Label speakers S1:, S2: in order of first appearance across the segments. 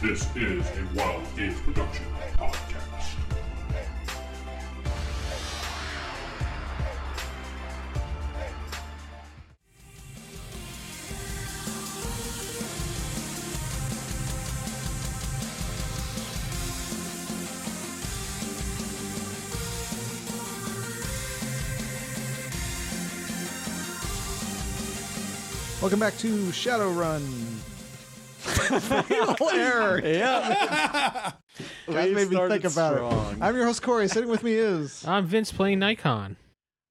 S1: This is a Wild Game Production podcast.
S2: Welcome back to Shadowrun. Fatal error.
S3: Yeah.
S2: That made me think about it. I'm your host Corey. Sitting with me is uh,
S4: I'm Vince playing Nikon.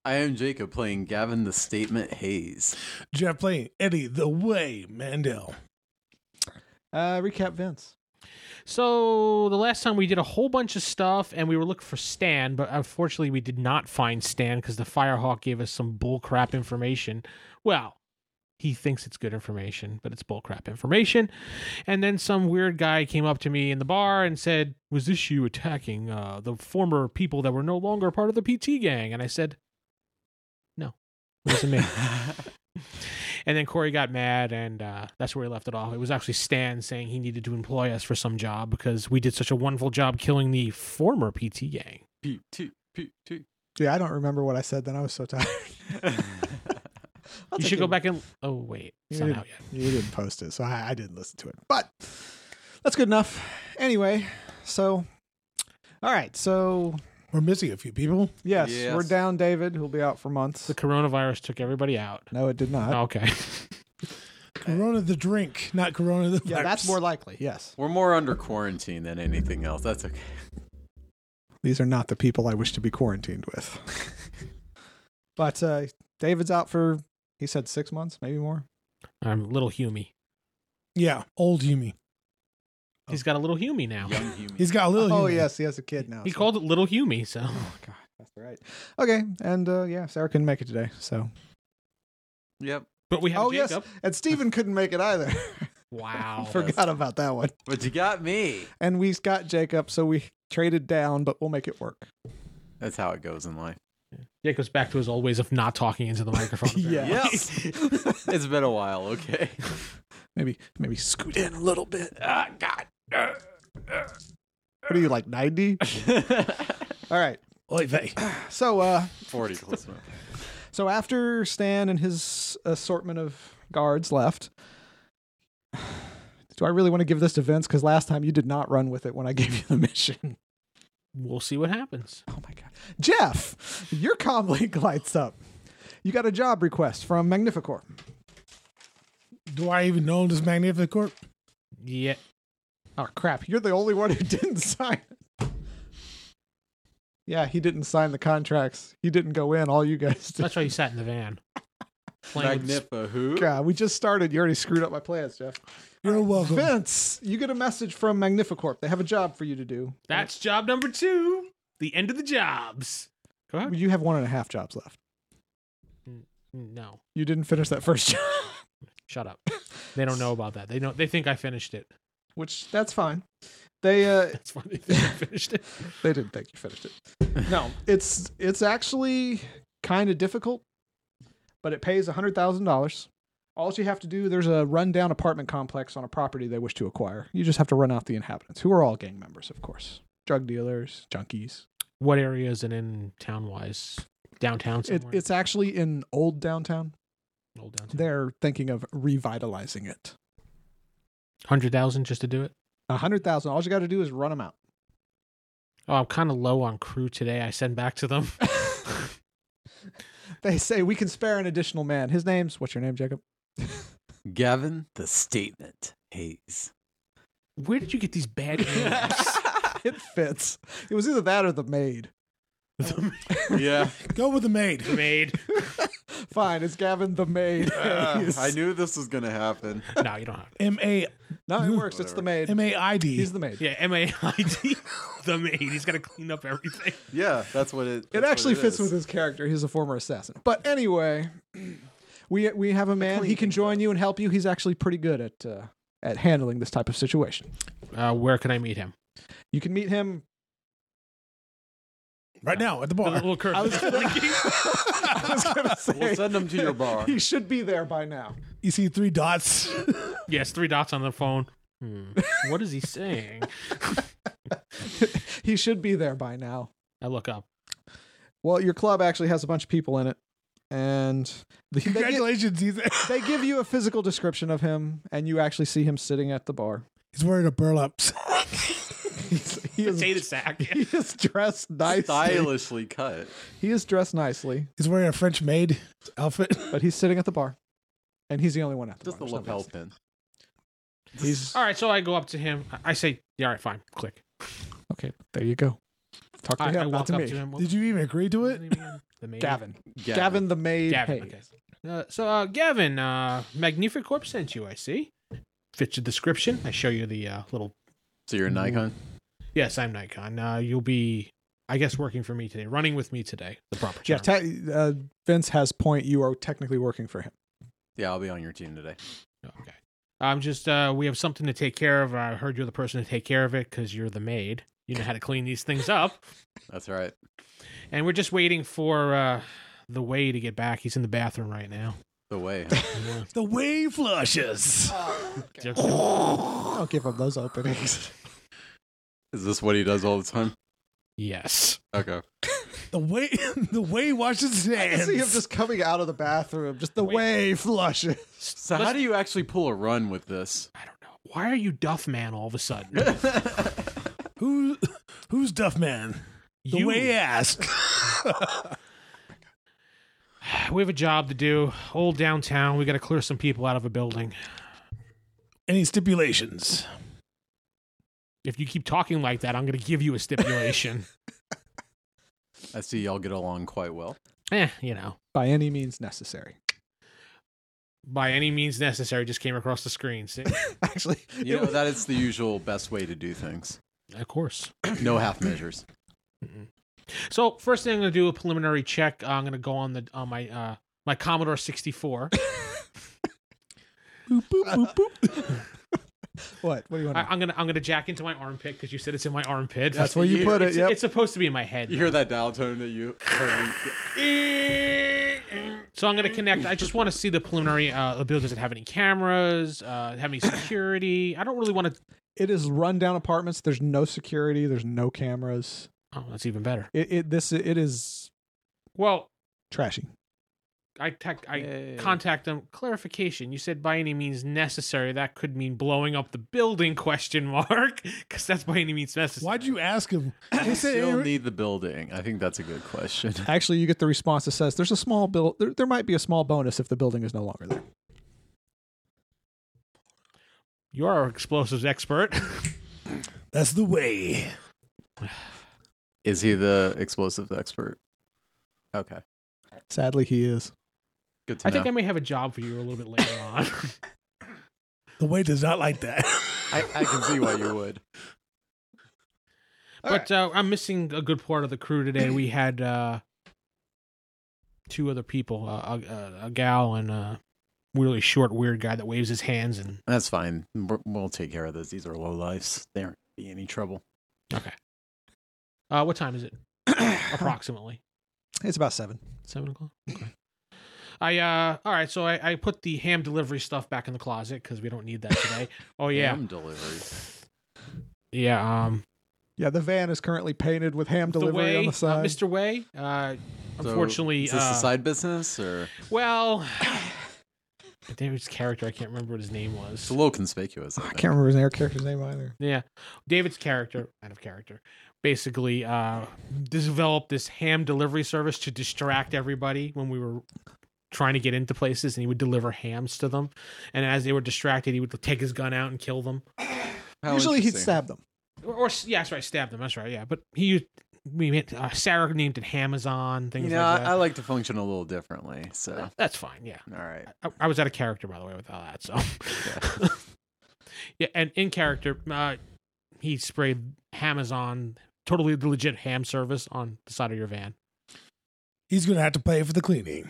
S3: I am Jacob playing Gavin the Statement Hayes.
S5: Jeff playing Eddie the Way Mandel.
S2: uh, recap Vince.
S4: So the last time we did a whole bunch of stuff, and we were looking for Stan, but unfortunately we did not find Stan because the Firehawk gave us some bullcrap information. Well, he thinks it's good information, but it's bullcrap information. And then some weird guy came up to me in the bar and said, "Was this you attacking uh, the former people that were no longer part of the PT gang?" And I said, "No, it wasn't me." And then Corey got mad, and uh, that's where he left it off. It was actually Stan saying he needed to employ us for some job because we did such a wonderful job killing the former PT gang.
S3: P-T, P-T.
S2: Yeah, I don't remember what I said then. I was so tired. I'll take
S4: you
S2: it.
S4: should go back and. Oh, wait. It's
S2: You
S4: not
S2: did-
S4: out yet.
S2: You didn't post it, so I, I didn't listen to it. But that's good enough. Anyway, so all right, so
S5: We're missing a few people.
S2: yes,
S3: Yes.
S2: we're down David, who'll be out for months.
S4: The coronavirus took everybody out. Oh,
S2: No, it did not.
S4: Okay.
S5: Corona the drink, not Corona the
S2: Yeah, that's
S5: virus.
S2: more likely. Yes,
S3: We're more under quarantine than anything else. That's okay.
S2: these are not the people I wish to be quarantined with. but uh, David's out for he said six months, maybe more.
S4: I'm little Humy.
S5: yeah, old Yumi.
S4: He's got a little Humy now.
S3: Young human.
S5: He's got a little.
S2: Oh
S5: Yumi.
S2: yes, he has a kid now.
S4: He
S2: so-
S4: called it Little Humy, so.
S2: Oh God, that's right. Okay, and uh, yeah, Sarah couldn't make it today. So
S3: Yep.
S4: But we have
S2: oh yes,
S4: Jacob.
S2: and Steven couldn't make it either.
S4: Wow.
S2: Forgot about that one.
S3: But you got me.
S2: And we got Jacob, so we traded down, but we'll make it work.
S3: That's how it goes in life.
S4: Jacob's back to his old ways of not talking into the microphone.
S2: Yeah.
S4: apparently.
S3: Yes. it's been a while, okay.
S2: Maybe maybe scoot in.
S3: little bit. Ah, God.
S2: What are you like ninety? All right.
S5: Oy vey.
S2: So uh,
S3: 40 close enough.
S2: so after Stan and his assortment of guards left. Do I really want to give this to Vince? Because last time you did not run with it when I gave you the mission.
S4: We'll see what happens.
S2: Oh my god. Jeff, your comm link lights up. You got a job request from Magnificor.
S5: Do I even know this Magnificent Corp?
S4: Yeah.
S2: Oh crap, you're the only one who didn't sign it. Yeah, he didn't sign the contracts. He didn't go in, all you guys did.
S4: That's why you sat in the van. Playing with
S3: Magnifa who?
S2: God, we just started. You already screwed up my plans, Jeff.
S5: You're welcome.
S2: Vince, you get a message from Magnificorp. They have a job for you to do.
S4: That's job number two. The end of the jobs. Go ahead.
S2: You have one and a half jobs left.
S4: No,
S2: You didn't finish that first job,
S4: shut up. They don't know about that. They know. They think I finished it.
S2: which that's fine. They uh
S4: That's why they think I finished it.
S2: they didn't think you finished it. No, it's it's actually kind of difficult, but it pays hundred thousand dollars. All you have to do there's a rundown apartment complex on a property they wish to acquire. You just have to run out the inhabitants, who are all gang members, of course, drug dealers, junkies.
S4: What area is it in town wise? Downtown
S2: It,
S4: somewhere.
S2: it's actually in old downtown.
S4: old downtown.
S2: They're thinking of revitalizing it.
S4: Hundred thousand just to do it.
S2: A hundred thousand. All you got to do is run them out.
S4: Oh, I'm kind of low on crew today. I send back to them.
S2: They say we can spare an additional man. His name's what's your name, Jacob?
S3: Gavin the Statement Hayes.
S4: Where did you get these bad names?
S2: It fits. It was either that or the maid.
S3: yeah.
S5: Go with the maid.
S4: Maid.
S2: Fine, it's Gavin the maid.
S3: Uh,
S2: Hayes.
S3: I knew this was gonna happen.
S4: No, you don't have.
S5: M A
S2: No, it works. It's the maid.
S5: M A I D.
S2: He's the maid.
S4: Yeah, M A I D. The maid. He's got to clean up everything.
S3: Yeah, that's what it.
S2: It
S3: that's what
S2: actually fits
S3: is.
S2: with his character. He's a former assassin. But anyway, we we have a man. He
S3: clean
S2: can
S3: things
S2: join you and help you. He's actually pretty good at uh, at handling this type of situation.
S4: Uh, where can I meet him?
S2: You can meet him.
S5: right now at the
S4: The
S5: bar.
S4: little curve.
S2: I was gonna
S3: We'll
S2: say
S3: send him to your bar.
S2: he should be there by now.
S5: You see three dots.
S4: yes, three dots on the phone. Hmm. What is he saying?
S2: he should be there by now.
S4: I look up.
S2: Well, your club actually has a bunch of people in it, and the, they, gi-
S5: Congratulations, he's,
S2: they give you a physical description of him, and you actually see him sitting at the bar.
S5: he's wearing a burlap.
S2: He's, he, is,
S4: sack.
S2: he is dressed nicely.
S3: Stylishly cut.
S2: He is dressed nicely,
S5: He's wearing a French maid outfit.
S2: but he's sitting at the bar, and he's the only one at the
S3: Just the
S2: bar. There's nobody
S3: lapel
S2: else.
S3: pin.
S2: He's
S4: All right, so I go up to him. I- I say, "Yeah, all right, fine." Click.
S2: okay. There you go. Talk to
S4: I, I
S2: him, not
S4: walk
S2: to
S4: up
S2: me.
S4: to him. What
S5: Did you even agree to
S4: was
S5: it?
S4: his name again? The maid?
S2: Gavin.
S3: Gavin.
S2: Gavin the maid.
S4: Gavin.
S2: Hayes.
S4: Okay. Uh, so, uh, Gavin, uh, Magnific Corp sent you. I see. Fits your description. I show you the uh, little.
S3: So you're a Nikon?
S4: Yes, I'm Nikon. Uh, you'll be, I guess, working for me today, running with me today. The proper
S2: Yeah,
S4: term.
S2: te- uh, Vince has point. You are technically working for him.
S3: Yeah, I'll be on your team today.
S4: okay. I'm just. Uh, we have something to take care of. I heard you're the person to take care of it because you're the maid. You know how to clean these things up.
S3: That's right.
S4: And we're just waiting for uh, the way to get back. He's in the bathroom right now.
S3: The way. huh?
S4: Yeah.
S5: The way flushes.
S4: Just-
S2: I'll give him those openings.
S3: Is this what he does all the time?
S4: yes.
S3: Okay.
S5: The way the way washes his
S2: I
S5: hands.
S2: see him just coming out of the bathroom, just the
S4: Wait.
S2: way flushes.
S3: So how do you actually pull a run with this?
S4: I don't know. Why are you Duff Man all of a sudden?
S5: Who who's Duff Man? The
S4: You-
S5: way asked.
S4: We have a job to do. Old downtown. We got to clear some people out of a building.
S5: Any stipulations?
S4: If you keep talking like that, I'm going to give you a stipulation.
S3: I see y'all get along quite well.
S4: eh, you know,
S2: By any means necessary.
S4: by any means necessary. Just came across the screen. See?
S2: Actually,
S3: You
S2: it
S3: know,
S2: was-
S3: that is the usual best way to do things.
S4: of course.
S3: No half measures.
S4: So first thing I'm going to do a preliminary check. Uh, I'm going to go on the on my uh my Commodore 64.
S5: Boop, boop, boop, boop.
S2: what? What do you want?
S4: I,
S2: to
S4: I'm gonna I'm gonna jack into my armpit because you said it's in my armpit.
S2: That's where you
S3: you-
S2: put it.
S4: it's,
S2: Yep.
S4: it's supposed to be in my head.
S3: You hear that dial tone that you heard?
S4: So I'm gonna connect. I just want to see the preliminary. Uh, the building doesn't have any cameras. Uh, have any security? I don't really want to.
S2: it is rundown apartments. There's no security. There's no cameras.
S4: Oh, that's even better.
S2: It, it this it is
S4: Well,
S2: trashy.
S4: I tech I
S3: Yay.
S4: contact them. Clarification. You said by any means necessary. That could mean blowing up the building? Question mark. Because that's by any means necessary.
S5: Why'd you ask him?
S3: We
S5: They
S3: still
S5: said
S3: need the building. I think that's a good question.
S2: Actually, you get the response that says there's a small bill. There, there might be a small bonus if the building is no longer there.
S4: You are our explosives expert.
S5: that's the way.
S3: Is he the explosive expert? Okay.
S2: Sadly, he is.
S3: Good to
S4: I
S3: know.
S4: think I may have a job for you a little bit later on.
S5: The way does not like that.
S3: I, I can see why you would.
S4: but uh, I'm missing a good part of the crew today. We had uh, two other people, uh, a, a, a gal and a really short, weird guy that waves his hands. And
S3: That's fine. We're, we'll take care of those. These are low lives. There won't be any trouble.
S4: uh, what time is it? Approximately
S2: It's about seven.
S4: seven o'clock. Okay. I uh, all right. So I, I put the ham delivery stuff back in the closet because we don't need that today. Oh yeah,
S3: Ham delivery.
S4: yeah. Um,
S2: Yeah, the van is currently painted with ham delivery
S4: the way,
S2: on the side.
S4: Uh, Mr. Way. Uh,
S3: So,
S4: unfortunately,
S3: is this a
S4: uh,
S3: side business or
S4: well. David's character, I can't remember what his name was.
S3: it's a little conspicuous? I
S2: I
S3: think.
S2: can't remember his air character's name either.
S4: Yeah. David's character, out of character, basically uh, developed this ham delivery service to distract everybody when we were trying to get into places, and he would deliver hams to them. And as they were distracted, he would take his gun out and kill them.
S3: How
S2: Usually, he'd
S3: interesting.
S2: stab them.
S4: Or, or yeah, that's right, stab them. That's right. Yeah. But he used, we had, uh, Sarah named it Hamazon, things
S3: You know, I,
S4: like
S3: I
S4: that.
S3: like to function a little differently. So,
S4: that's fine. Yeah.
S3: all right.
S4: I, I was out of character, by the way, with all that. So, yeah, and in character, uh, he sprayed Amazon, totally legit ham service on the side of your van.
S5: He's gonna have to pay for the cleaning.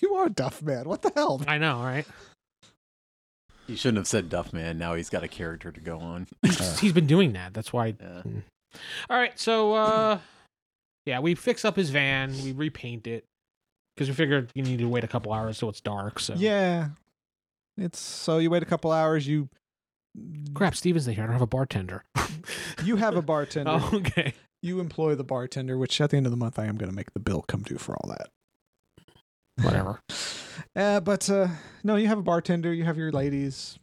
S2: You are a duff man. What the hell?
S4: I know, right?
S3: He shouldn't have said Duff Man. Now he's got a character to go on.
S4: He's- He's been doing that. That's why.
S3: Yeah.
S4: All right, so uh, yeah, we fix up his van, we repaint it because we figured you need to wait a couple hours so it's dark. So
S2: Yeah. It's so you wait a couple hours, you
S4: Crap, Steven's not here. I don't have a bartender.
S2: You have a bartender.
S4: Oh, okay.
S2: You employ the bartender, which at the end of the month I am going to make the bill come due for all that.
S4: Whatever.
S2: Uh, but uh, no, you have a bartender. You have your ladies.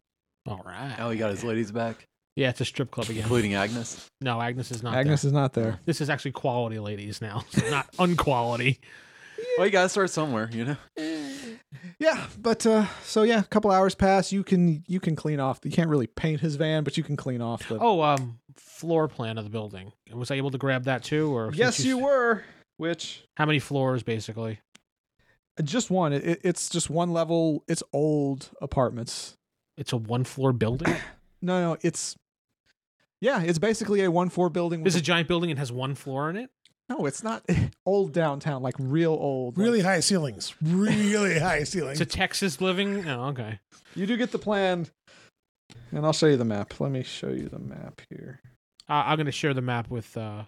S4: All right.
S3: Now Oh, he got his ladies back,
S4: Yeah, it's a strip club again.
S3: including Agnes.
S4: No, Agnes is not.
S2: Agnes
S4: there. Uh-huh.
S2: is not there.
S4: This is actually quality ladies now, not unquality.
S3: Well, you gotta start somewhere, you know.
S2: Yeah, but uh, so yeah, a couple hours pass. You can you can clean off. You can't really paint his van, but you can clean off the.
S4: Oh, um, floor plan of the building. Was I able to grab that too? Or
S2: yes,
S4: since
S2: you were. Which
S4: How many floors basically?
S2: Uh, just one. It, it's just one level. It's old apartments.
S4: It's a one floor building.
S2: No, no, it's yeah, it's basically a one floor building.
S4: This
S2: With
S4: is a giant building and has one floor in it.
S2: no, it's not old downtown, like real old. like-
S5: Really high ceilings. Really high ceilings.
S4: It's a Texas living. Oh, okay.
S2: you do get the plan, and I'll show you the map. Let me show you the map here.
S4: Uh, I'm gonna share the map with uh,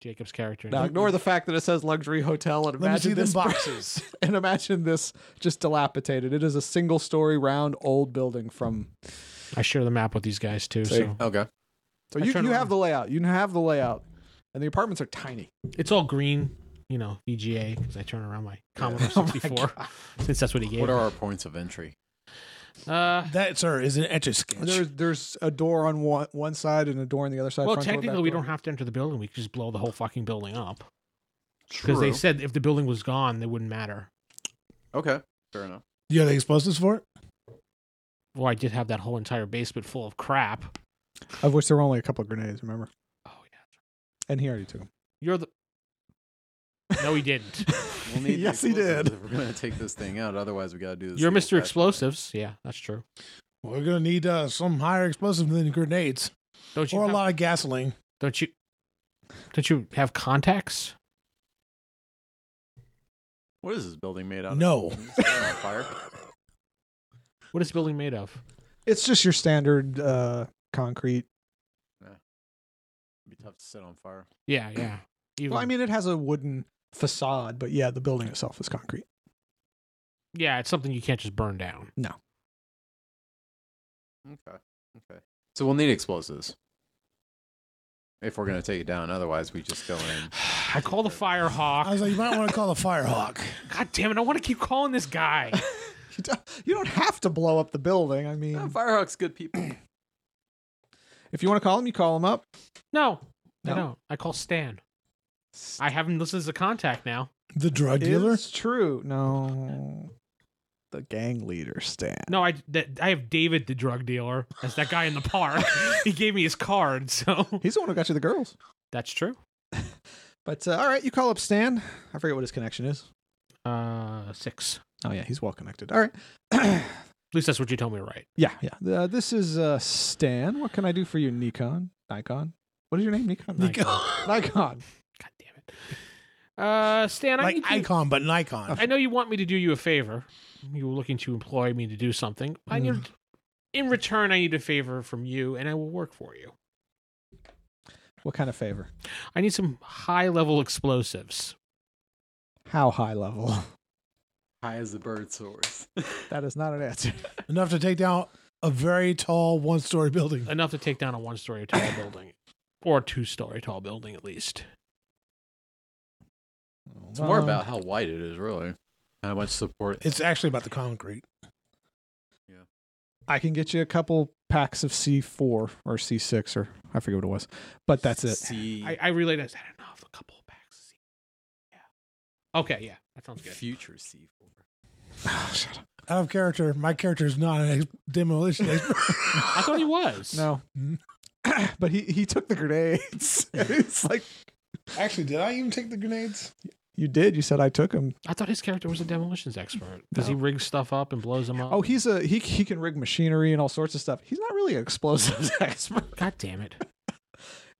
S4: Jacob's character.
S2: Now ignore the fact that it says luxury hotel and
S5: me
S2: imagine
S5: see them
S2: this
S5: boxes.
S2: and imagine this just dilapidated. It is a single story round old building from.
S4: I share the map with these guys too.
S2: Say-
S4: So
S3: Okay.
S2: So
S4: I
S2: you
S4: turn
S2: you
S4: around.
S2: have the layout. You have the layout, and the apartments are tiny.
S4: it's all green. You know, VGA because I turn around my Commodore
S2: Oh my
S4: 64 since that's what he gave.
S3: What are our points of entry?
S4: uh,
S5: that, sir, is an etch a sketch.
S2: There's there's a door on one one side and a door on the other side.
S4: well,
S2: front door,
S4: technically,
S2: back
S4: we
S2: door.
S4: don't have to enter the building. We could just blow the whole fucking building up
S3: True.
S4: because they said if the building was gone, they wouldn't matter.
S3: okay. Fair enough.
S5: You have the explosives for it?
S4: Well, I did have that whole entire basement full of crap.
S2: Of which there were only a couple of grenades. Remember,
S4: Oh yeah,
S2: and he already took them.
S4: you're the. No, he didn't.
S3: We'll need the
S2: Yes, he
S3: explosives
S2: did.
S3: if We're gonna take this thing out. Otherwise, we gotta do this.
S4: You're
S3: little
S4: Mr.
S3: fast-
S4: Explosives. Yeah, that's true.
S5: We're going to need uh, some higher explosive than grenades
S4: Don't you?
S5: or a
S4: have-
S5: lot of gasoline.
S4: Don't you? Don't you have contacts?
S3: What is this building made out of?
S5: No.
S3: Is it on fire.
S4: What is the building made of?
S2: It's just your standard uh, concrete.
S3: It'd be tough to set on fire.
S4: Yeah, yeah. Even,
S2: Well, I mean, it has a wooden facade, but yeah, the building itself is concrete.
S4: yeah, it's something you can't just burn down.
S3: Okay. Okay. So we'll need explosives if we're gonna take it down. Otherwise, we just go in.
S4: I call the fire
S5: I
S4: hawk.
S5: was like, you might want to call the Firehawk.
S4: God damn it! I want to keep calling this guy.
S2: You don't, you don't have to blow up the building. I mean,
S3: Yeah, Oh, Firehawk's good people.
S2: if you want to call him, you call him up.
S4: No, I
S2: No?
S4: don't. I call Stan. I have him listed as a contact now.
S5: The drug dealer?
S2: It's true. No, the gang leader Stan.
S4: No, I that, I have David, the drug dealer, as that guy in the park. he gave me his card, so
S2: He's the one who got you the girls.
S4: that's true.
S2: But uh, all right, you call up Stan. I forget what his connection is.
S4: Uh, six.
S2: Oh yeah, he's well connected. All right.
S4: At least that's what you told me, right?
S2: yeah, yeah. Uh, this is uh, Stan. What can I do for you, Nikon? Nikon. What is your name, Nikon?
S4: Nikon.
S2: Nikon.
S4: God damn it. Uh, Stan, I,
S5: like
S4: need you-
S5: icon, but Nikon.
S4: I know you want me to do you a favor. You were looking to employ me to do something. I need, in return, I need a favor from you, and I will work for you.
S2: What kind of favor?
S4: I need some high level explosives.
S2: How high level?
S3: High as the bird soars.
S2: That is not an answer.
S5: Enough to take down a very tall one story building.
S4: enough to take down a one story tall building or two story tall building at least.
S3: It's more
S2: Um,
S3: about how wide it is, really. How much support?
S5: It's actually about the concrete.
S2: I can get you a couple packs of C4 or C6 or I forget what it was, but that's it.
S3: See
S4: I, I relayed that enough. A couple of packs. Yeah. Okay. Yeah. That sounds good.
S3: future C four.
S5: Oh, Out of character, my character is not an ex- demolition expert.
S4: I thought he was.
S2: No. but he, he took the grenades. it's like,
S5: actually, did I even take the grenades?
S2: you did. You said I took him.
S4: I thought his character was a demolitions expert because
S2: No.
S4: he rigs stuff up and blows them up.
S2: Oh, he's a, he, he can rig machinery and all sorts of stuff. He's not really an explosives expert.
S4: God damn it.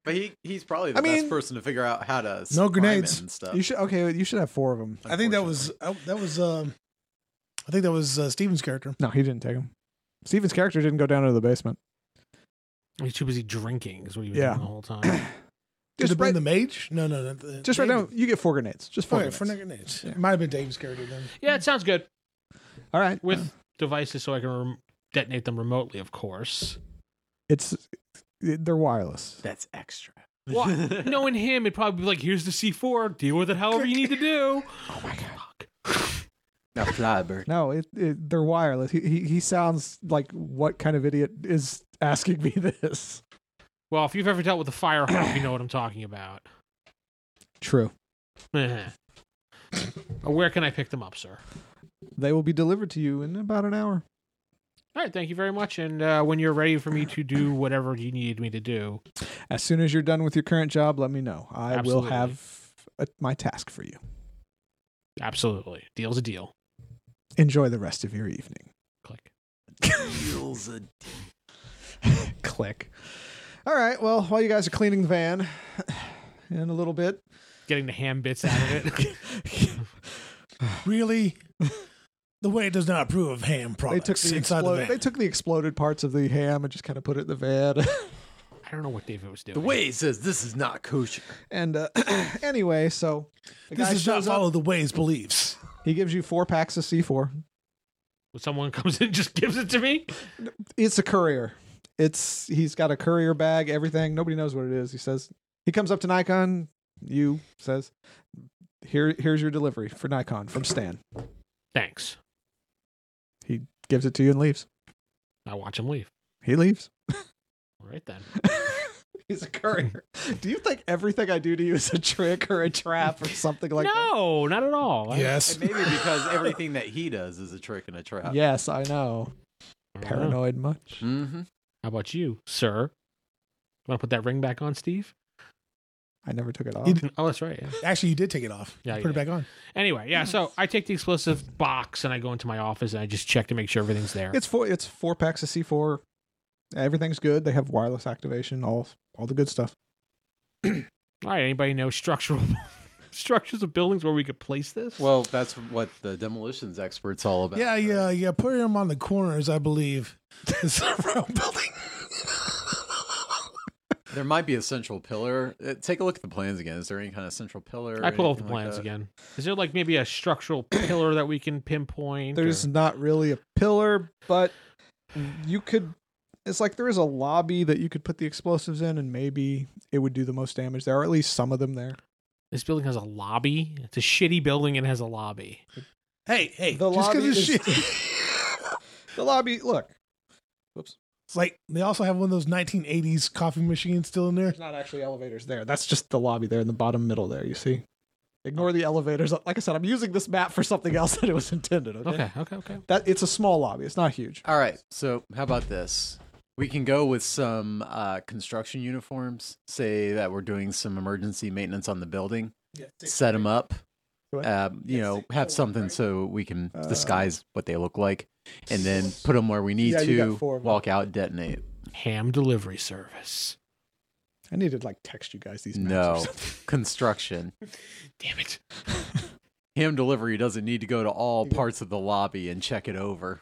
S3: But he he's probably
S2: I
S3: the best
S2: mean-
S3: person to figure out how to prime it
S5: No grenades.
S3: and stuff.
S2: You should, okay, you should have four of them.
S5: I think that was I, that was um, I think that was uh, Steven's character.
S2: No, he didn't take them. Steven's character didn't go down into the basement.
S4: He's too busy drinking is what he was
S2: Yeah.
S4: doing the whole time.
S5: Did
S2: Just
S5: it bring
S2: right-
S5: the mage? No, no, no. the-
S2: Just right now,
S5: David.
S2: you get four grenades. Just four.
S5: Okay,
S2: grenades.
S5: for the grenades.
S2: Yeah.
S5: Might have been David's character then.
S4: yeah, it sounds good
S2: all right.
S4: with devices so I can rem- detonate them remotely, of course.
S2: It's they're wireless.
S3: That's extra.
S4: Well, knowing him, it'd probably be like, "Here's the C4. Deal with it however you need to do."
S2: Oh my god.
S3: Now fly, bird.
S2: No, it, it they're wireless. He, he he sounds like what kind of idiot is asking me this?
S4: Well, if you've ever dealt with a fire hawk, you know what I'm talking about.
S2: True.
S4: Uh-huh. Where can I pick them up, sir?
S2: They will be delivered to you in about an hour.
S4: All right, thank you very much. And uh, when you're ready for me to do whatever you needed me to do,
S2: As soon as you're done with your current job, let me know. I will
S4: Absolutely.
S2: have a, my task for you.
S4: absolutely. Deal's a deal.
S2: Enjoy the rest of your evening.
S4: Click.
S2: Click. All right. Well, while you guys are cleaning the van in a little bit,
S4: Getting the ham bits out of it.
S5: Really? the way does not approve of ham
S2: they
S5: products
S2: took the
S5: inside the
S2: explode,
S5: van.
S2: they took the exploded parts of the ham and just kind of put it in the van.
S4: I don't know what David was doing.
S3: The way it says this is not kosher.
S2: and uh, anyway, so the
S5: this
S2: guy
S5: does not
S2: shows
S5: follow
S2: up.
S5: the ways beliefs.
S2: He gives you four packs of C4.
S4: When someone comes in, and just gives it to me.
S2: It's a courier. It's he's got a courier bag, everything. Nobody knows what it is. He says he comes up to Nikon. You says, "Here, here's your delivery for Nikon from Stan."
S4: Thanks.
S2: Gives it to you and leaves.
S4: I watch him leave.
S2: He leaves.
S4: All right then.
S2: He's a courier. do you think everything I do to you is a trick or a trap or something like that?
S4: no, not at all. I-
S5: yes.
S3: maybe because everything that he does is a trick and a trap.
S2: Yes, I know.
S4: I don't know.
S2: Paranoid much?
S3: Mm-hmm.
S4: How about you, sir? Want to put that ring back on, Steve?
S2: I never took it off.
S5: You
S4: Oh, that's right. Yeah.
S5: Actually, you did take it off.
S4: Yeah,
S5: Put it
S4: yeah.
S5: back on.
S4: Anyway, yeah. So I take the explosive box and I go into my office and I just check to make sure everything's there.
S2: It's four. It's four packs of C4. Everything's good. They have wireless activation. All all the good stuff.
S4: All right. Anybody know structural structures of buildings where we could place this?
S3: Well, that's what the demolitions expert's all about.
S5: Yeah,
S3: right?
S5: yeah, yeah. Put him on the corners, I believe. It's a round building.
S3: There might be a central pillar. Uh, take a look at the plans again. Is there any kind of central pillar? or
S4: I pull up the
S3: anything like
S4: plans
S3: that?
S4: again. Is there like maybe a structural pillar that we can pinpoint? or-
S2: There's not really a pillar, but you could. It's like there is a lobby that you could put the explosives in, and maybe it would do the most damage. There are at least some of them there.
S4: this building has a lobby. It's a shitty building and has a lobby.
S5: Hey, hey.
S2: The
S5: just 'cause
S2: lobby
S5: it's
S2: is-
S5: shit.
S2: The lobby. Look,
S5: It's like they also have one of those 1980s coffee machines still in there.
S2: there's not actually elevators there. That's just the lobby there in the bottom middle there. You see. Ignore the elevators. Like I said, I'm using this map for something else that it was intended. Okay.
S4: Okay, okay, okay.
S2: That it's a small lobby. It's not huge.
S3: All right. So how about this? We can go with some uh, construction uniforms. Say that we're doing some emergency maintenance on the building. set them up.
S2: What? Uh,
S3: Um, you know, have something so we can disguise what they look like, and then put them where we need
S2: Yeah, you got
S3: to.
S2: four of 'em.
S3: Walk out, detonate.
S4: Ham delivery service.
S2: I need to like text you guys these maps. or
S3: No
S2: something.
S3: construction.
S4: Damn it.
S3: Ham delivery doesn't need to go to all parts of the lobby and check it over.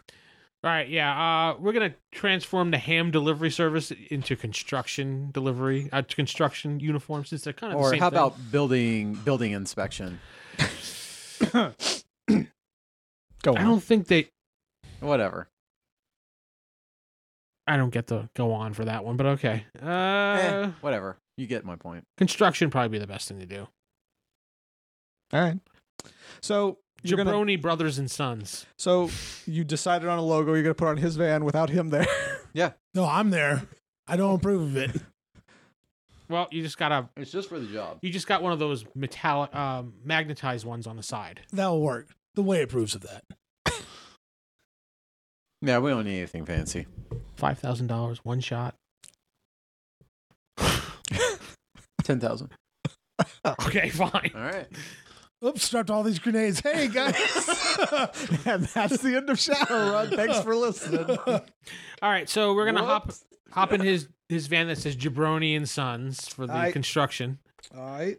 S4: All right, yeah. Uh, we're gonna transform the ham delivery service into construction delivery, uh, construction uniforms. Since they're kind of the
S3: Or
S4: same
S3: how
S4: thing.
S3: about building building inspection?
S2: Go
S4: I
S2: on.
S4: don't think they.
S3: Whatever.
S4: I don't get the go on for that one, but okay. Uh,
S3: Eh, whatever. You get my point.
S4: construction probably be the best thing to do.
S2: All right. So you're
S4: Jabroni
S2: gonna.
S4: brothers and sons.
S2: So you decided on a logo you're gonna put on his van without him there.
S5: No, I'm there. I don't approve of it.
S4: Well, you just got a.
S3: It's just for the job.
S4: You just got one of those metallic, um, magnetized ones on the side.
S5: That'll work. The way approves of that.
S3: Yeah, we don't need anything fancy.
S4: Five thousand dollars, one shot.
S3: Ten thousand.
S4: Okay, fine.
S3: All right.
S5: Oops, strapped all these grenades. Hey, guys.
S2: and that's the end of Shadowrun. Thanks for listening.
S4: All right, so we're gonna hop hop in his his van that says Jabroni and Sons for the
S2: I-
S4: construction,
S2: All right.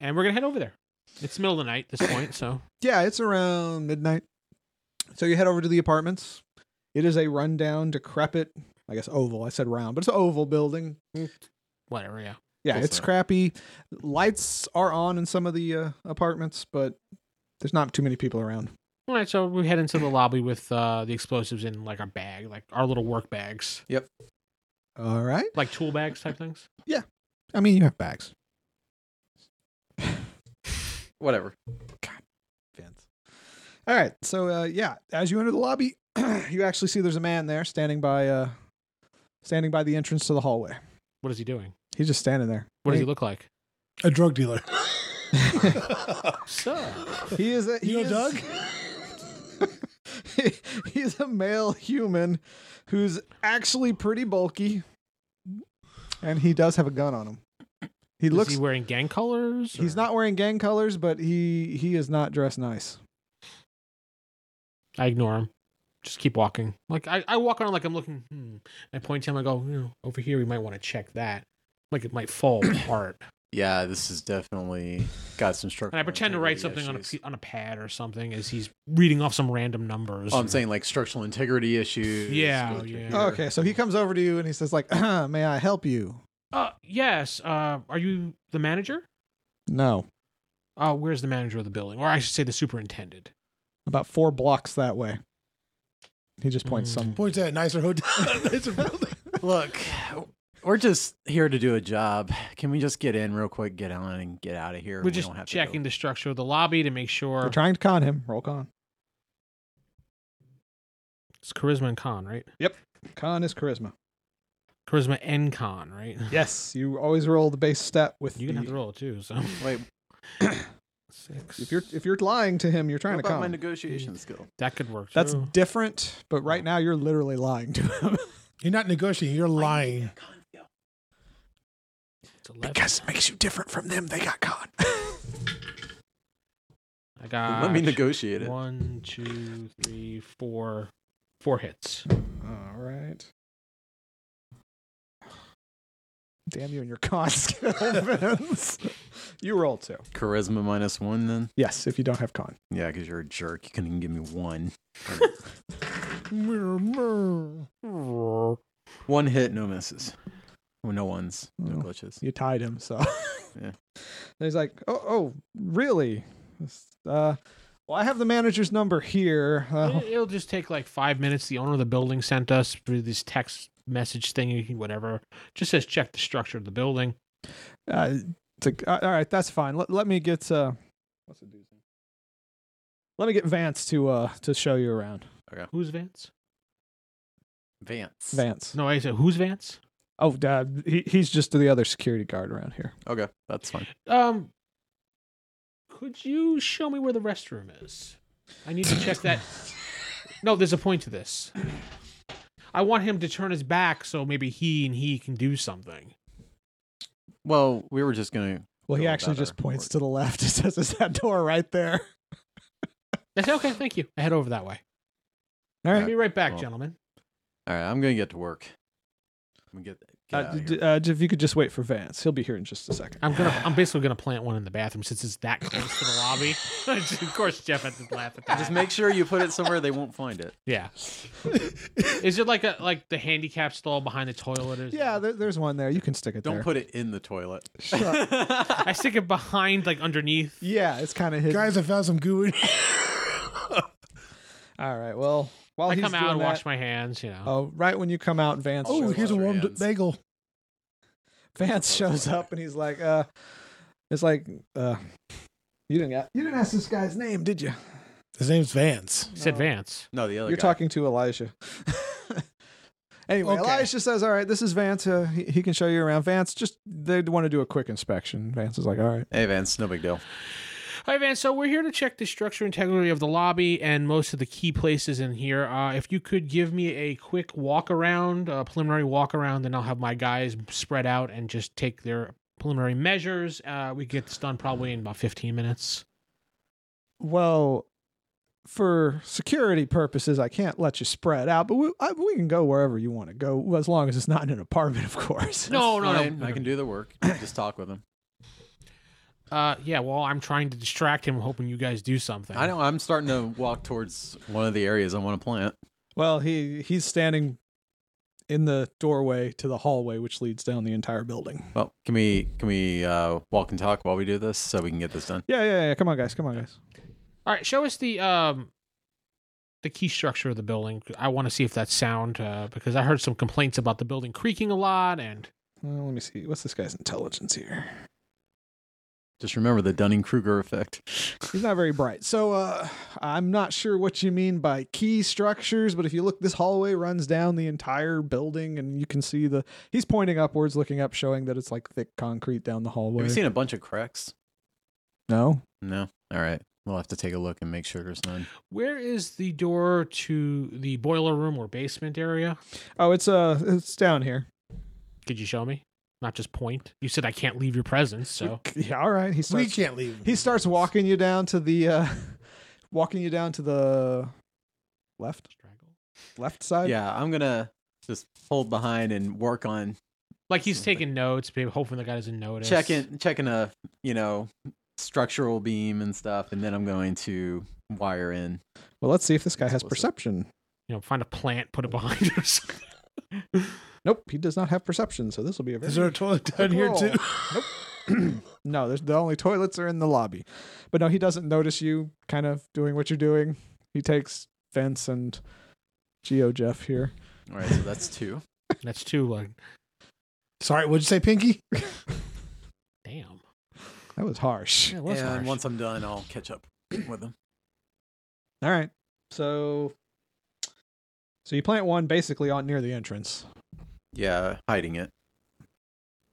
S4: and we're gonna head over there. It's the middle of the night at this point, so
S2: Yeah, it's around midnight. So you head over to the apartments. It is a rundown, decrepit. I guess oval. I said round, but it's an oval building.
S4: whatever. Yeah,
S2: Yeah,
S3: Close
S2: it's
S3: enough.
S2: crappy. Lights are on in some of the uh, apartments, but there's not too many people around.
S4: All right, so we head into the lobby with uh, the explosives in like our bag, like our little work bags,
S2: All right.
S4: like tool bags type things.
S2: I mean, you have bags.
S3: Whatever.
S2: Fans. All right. So uh, yeah, as you enter the lobby, you actually see there's a man there standing by uh, standing by the entrance to the hallway.
S4: What is he doing?
S2: He's just standing there.
S4: What does he look like?
S5: A drug dealer.
S4: So,
S2: He is a he
S5: You know
S2: is,
S5: Doug?
S2: he, he's a male human who's actually pretty bulky, and he does have a gun on him. He
S4: is
S2: looks.
S4: he wearing gang colors?
S2: he's
S4: or-
S2: not wearing gang colors, but he he is not dressed nice.
S4: I ignore him. Just keep walking. Like I, I walk around like I'm looking. Hmm. I point to him. I go, you know, over here. We might want to check that. Like it might fall apart.
S3: Yeah, this is definitely got some structure.
S4: And I pretend to write something on a pe- on a pad or something as he's reading off some random numbers.
S3: Oh, I'm saying like structural integrity issues.
S4: Yeah, oh,
S3: go through
S4: yeah.
S3: here.
S2: Okay, so he comes over to you and he says like, "May I help you?"
S4: Uh, yes. Uh, are you the manager?
S2: No.
S4: Uh, where's the manager of the building, or I should say the superintendent?
S2: about four blocks that way. He just points
S4: Mm.
S2: some.
S5: Points at nicer hotel. nicer building.
S3: Look, we're just here to do a job. Can we just get in real quick, get on, and get out of here?
S4: We're
S3: We
S4: just
S3: don't have to go-
S4: checking the structure of the lobby to make
S2: We're
S4: sure
S2: trying to con him. Roll con.
S4: it's charisma and con, right?
S2: Con is charisma.
S4: Charisma and con, right?
S2: Yes, you always roll the base stat with.
S4: You're gonna have
S2: the-
S4: to roll it too. So
S3: Wait,
S4: six.
S2: If you're if you're lying to him, you're trying
S3: what
S2: to
S3: about
S2: con.
S3: my
S2: him.
S3: negotiation skill?
S4: that could work.
S2: That's
S4: too.
S2: different, but right now you're literally lying to him.
S5: You're not negotiating. You're lying.
S4: It's 11.
S2: it makes you different from them. They got con.
S4: I got.
S3: Let me negotiate it.
S4: Uh, One, two, three, four, four hits.
S2: All right. Damn you and your con skill, Vince. You roll two.
S3: Charisma minus one, then.
S2: Yes, if you don't have con.
S3: Yeah, because you're a jerk. You couldn't even give me one. One hit, no misses. Well, no ones, no
S2: Oh.
S3: glitches.
S2: you tied him so
S3: Yeah.
S2: and he's like oh oh really uh well i have the manager's number here uh,
S4: It- It'll just take like five minutes. The owner of the building sent us through this text message thing, you can- whatever. Just says check the structure of the building.
S2: uh, it's like, uh, all right that's fine let, let me get uh what's the dude's name let me get vance to uh to show you around
S4: Who's Vance?
S3: Vance.
S2: vance
S4: No, I said who's Vance?
S2: oh uh, he, he's just the other security guard around here
S3: Okay, that's fine.
S4: Um, could you show me where the restroom is? I need to check that. No, there's a point to this. I want him to turn his back so maybe he and he can do something.
S3: Well, we were just gonna.
S2: well he
S3: Go
S2: actually
S3: about
S2: just
S3: our
S2: points
S3: work.
S2: to the left and says it's that door right there
S4: I said, okay, thank you. I head over that way.
S2: all
S4: I'll
S2: right
S4: be right back,
S3: Well,
S4: gentlemen.
S3: All right, I'm gonna get to work. I'm gonna get.
S2: uh,
S3: get out of
S2: d-
S3: here.
S2: uh, if you could just wait for vance he'll be here in just a second
S4: I'm gonna. I'm basically gonna plant one in the bathroom since it's that close to the lobby. of course, Jeff had to laugh at that.
S3: just make sure you put it somewhere they won't find it.
S4: yeah. Is it like a like the handicap stall behind the toilet? Or
S2: yeah there, there's one there you can stick it
S3: Don't
S2: there
S3: put it in the toilet.
S4: I stick it behind, like underneath.
S2: yeah it's kind of hidden
S5: Guys, I found some goo. in-
S2: All right. Well, while
S4: I
S2: Oh, he's
S4: come out and
S2: doing
S4: wash
S2: that,
S4: my hands. You know.
S2: oh, right when you come out, Vance.
S5: Oh,
S2: shows
S5: here's a
S2: up.
S5: warm d-
S3: hands.
S5: bagel.
S2: Vance shows up and he's like, uh, it's like, uh, you didn't a- you didn't ask this guy's name, did you?
S5: His name's Vance.
S4: Said
S2: no.
S4: Vance.
S3: No, the other.
S2: You're
S3: guy.
S2: talking to Elijah. anyway,
S5: Okay.
S2: Elijah says, "All right, this is Vance. Uh, he, he can show you around." Vance just they want to do a quick inspection. Vance is like, "All right."
S3: Hey Vance, no big deal.
S4: Hi, Vance. So we're here to check the structure integrity of the lobby and most of the key places in here. Uh, if you could give me a quick walk around, a preliminary walk around, then I'll have my guys spread out and just take their preliminary measures. Uh, we get this done probably in about 15 minutes.
S2: Well, for security purposes, I can't let you spread out, but we I, we can go wherever you want to go, as long as it's not in an apartment, of course.
S4: No, no, no,
S3: Fine, I can do the work. Just talk with him.
S4: Uh, yeah. Well, I'm trying to distract him, hoping you guys do something.
S3: I know. I'm starting to walk towards one of the areas I want to plant.
S2: Well, he he's standing in the doorway to the hallway, which leads down the entire building.
S3: Well, can we can we uh, walk and talk while we do this so we can get this done?
S2: Yeah, yeah, yeah. Come on, guys. Come on, guys.
S4: All right. Show us the um the key structure of the building. I want to see if that's sound uh, because I heard some complaints about the building creaking a lot and
S2: Well, let me see. What's this guy's intelligence here?
S3: Just remember the Dunning Kruger effect.
S2: He's not very bright. So uh, I'm not sure what you mean by key structures, but if you look, this hallway runs down the entire building, and you can see the. He's pointing upwards, looking up, showing that it's like thick concrete down the hallway.
S3: Have you seen a bunch of cracks?
S2: no.
S3: No. All right. We'll have to take a look and make sure there's none.
S4: where is the door to the boiler room or basement area?
S2: Oh, it's uh, it's down here.
S4: Could you show me? Not just point. You said I can't leave your presence, so
S2: Yeah, all right. He
S5: we
S2: starts.
S5: can't leave.
S2: He starts walking you down to the, uh, walking you down to the left, left side.
S3: Yeah, I'm gonna just hold behind and work on
S4: Like he's taking notes, maybe hoping the guy doesn't notice.
S3: checking checking a you know structural beam and stuff, and then I'm going to wire in.
S2: Well, let's see if this guy has
S3: Explicit.
S2: perception.
S4: You know, find a plant, put it behind you. or something.
S2: Nope, he does not have perception. So this will be a very
S5: Is there a toilet down here too?
S2: no, there's the only toilets are in the lobby. But no, he doesn't notice you kind of doing what you're doing. He takes Vince and Geo Jeff here.
S3: All right, so that's two.
S4: That's too like
S5: Sorry, what'd you say, Pinky?
S4: damn.
S2: That was harsh.
S4: Yeah, it was
S3: and
S4: harsh.
S3: once I'm done, I'll catch up with them.
S2: All right. So so you plant one basically on near the entrance.
S3: Yeah, hiding it.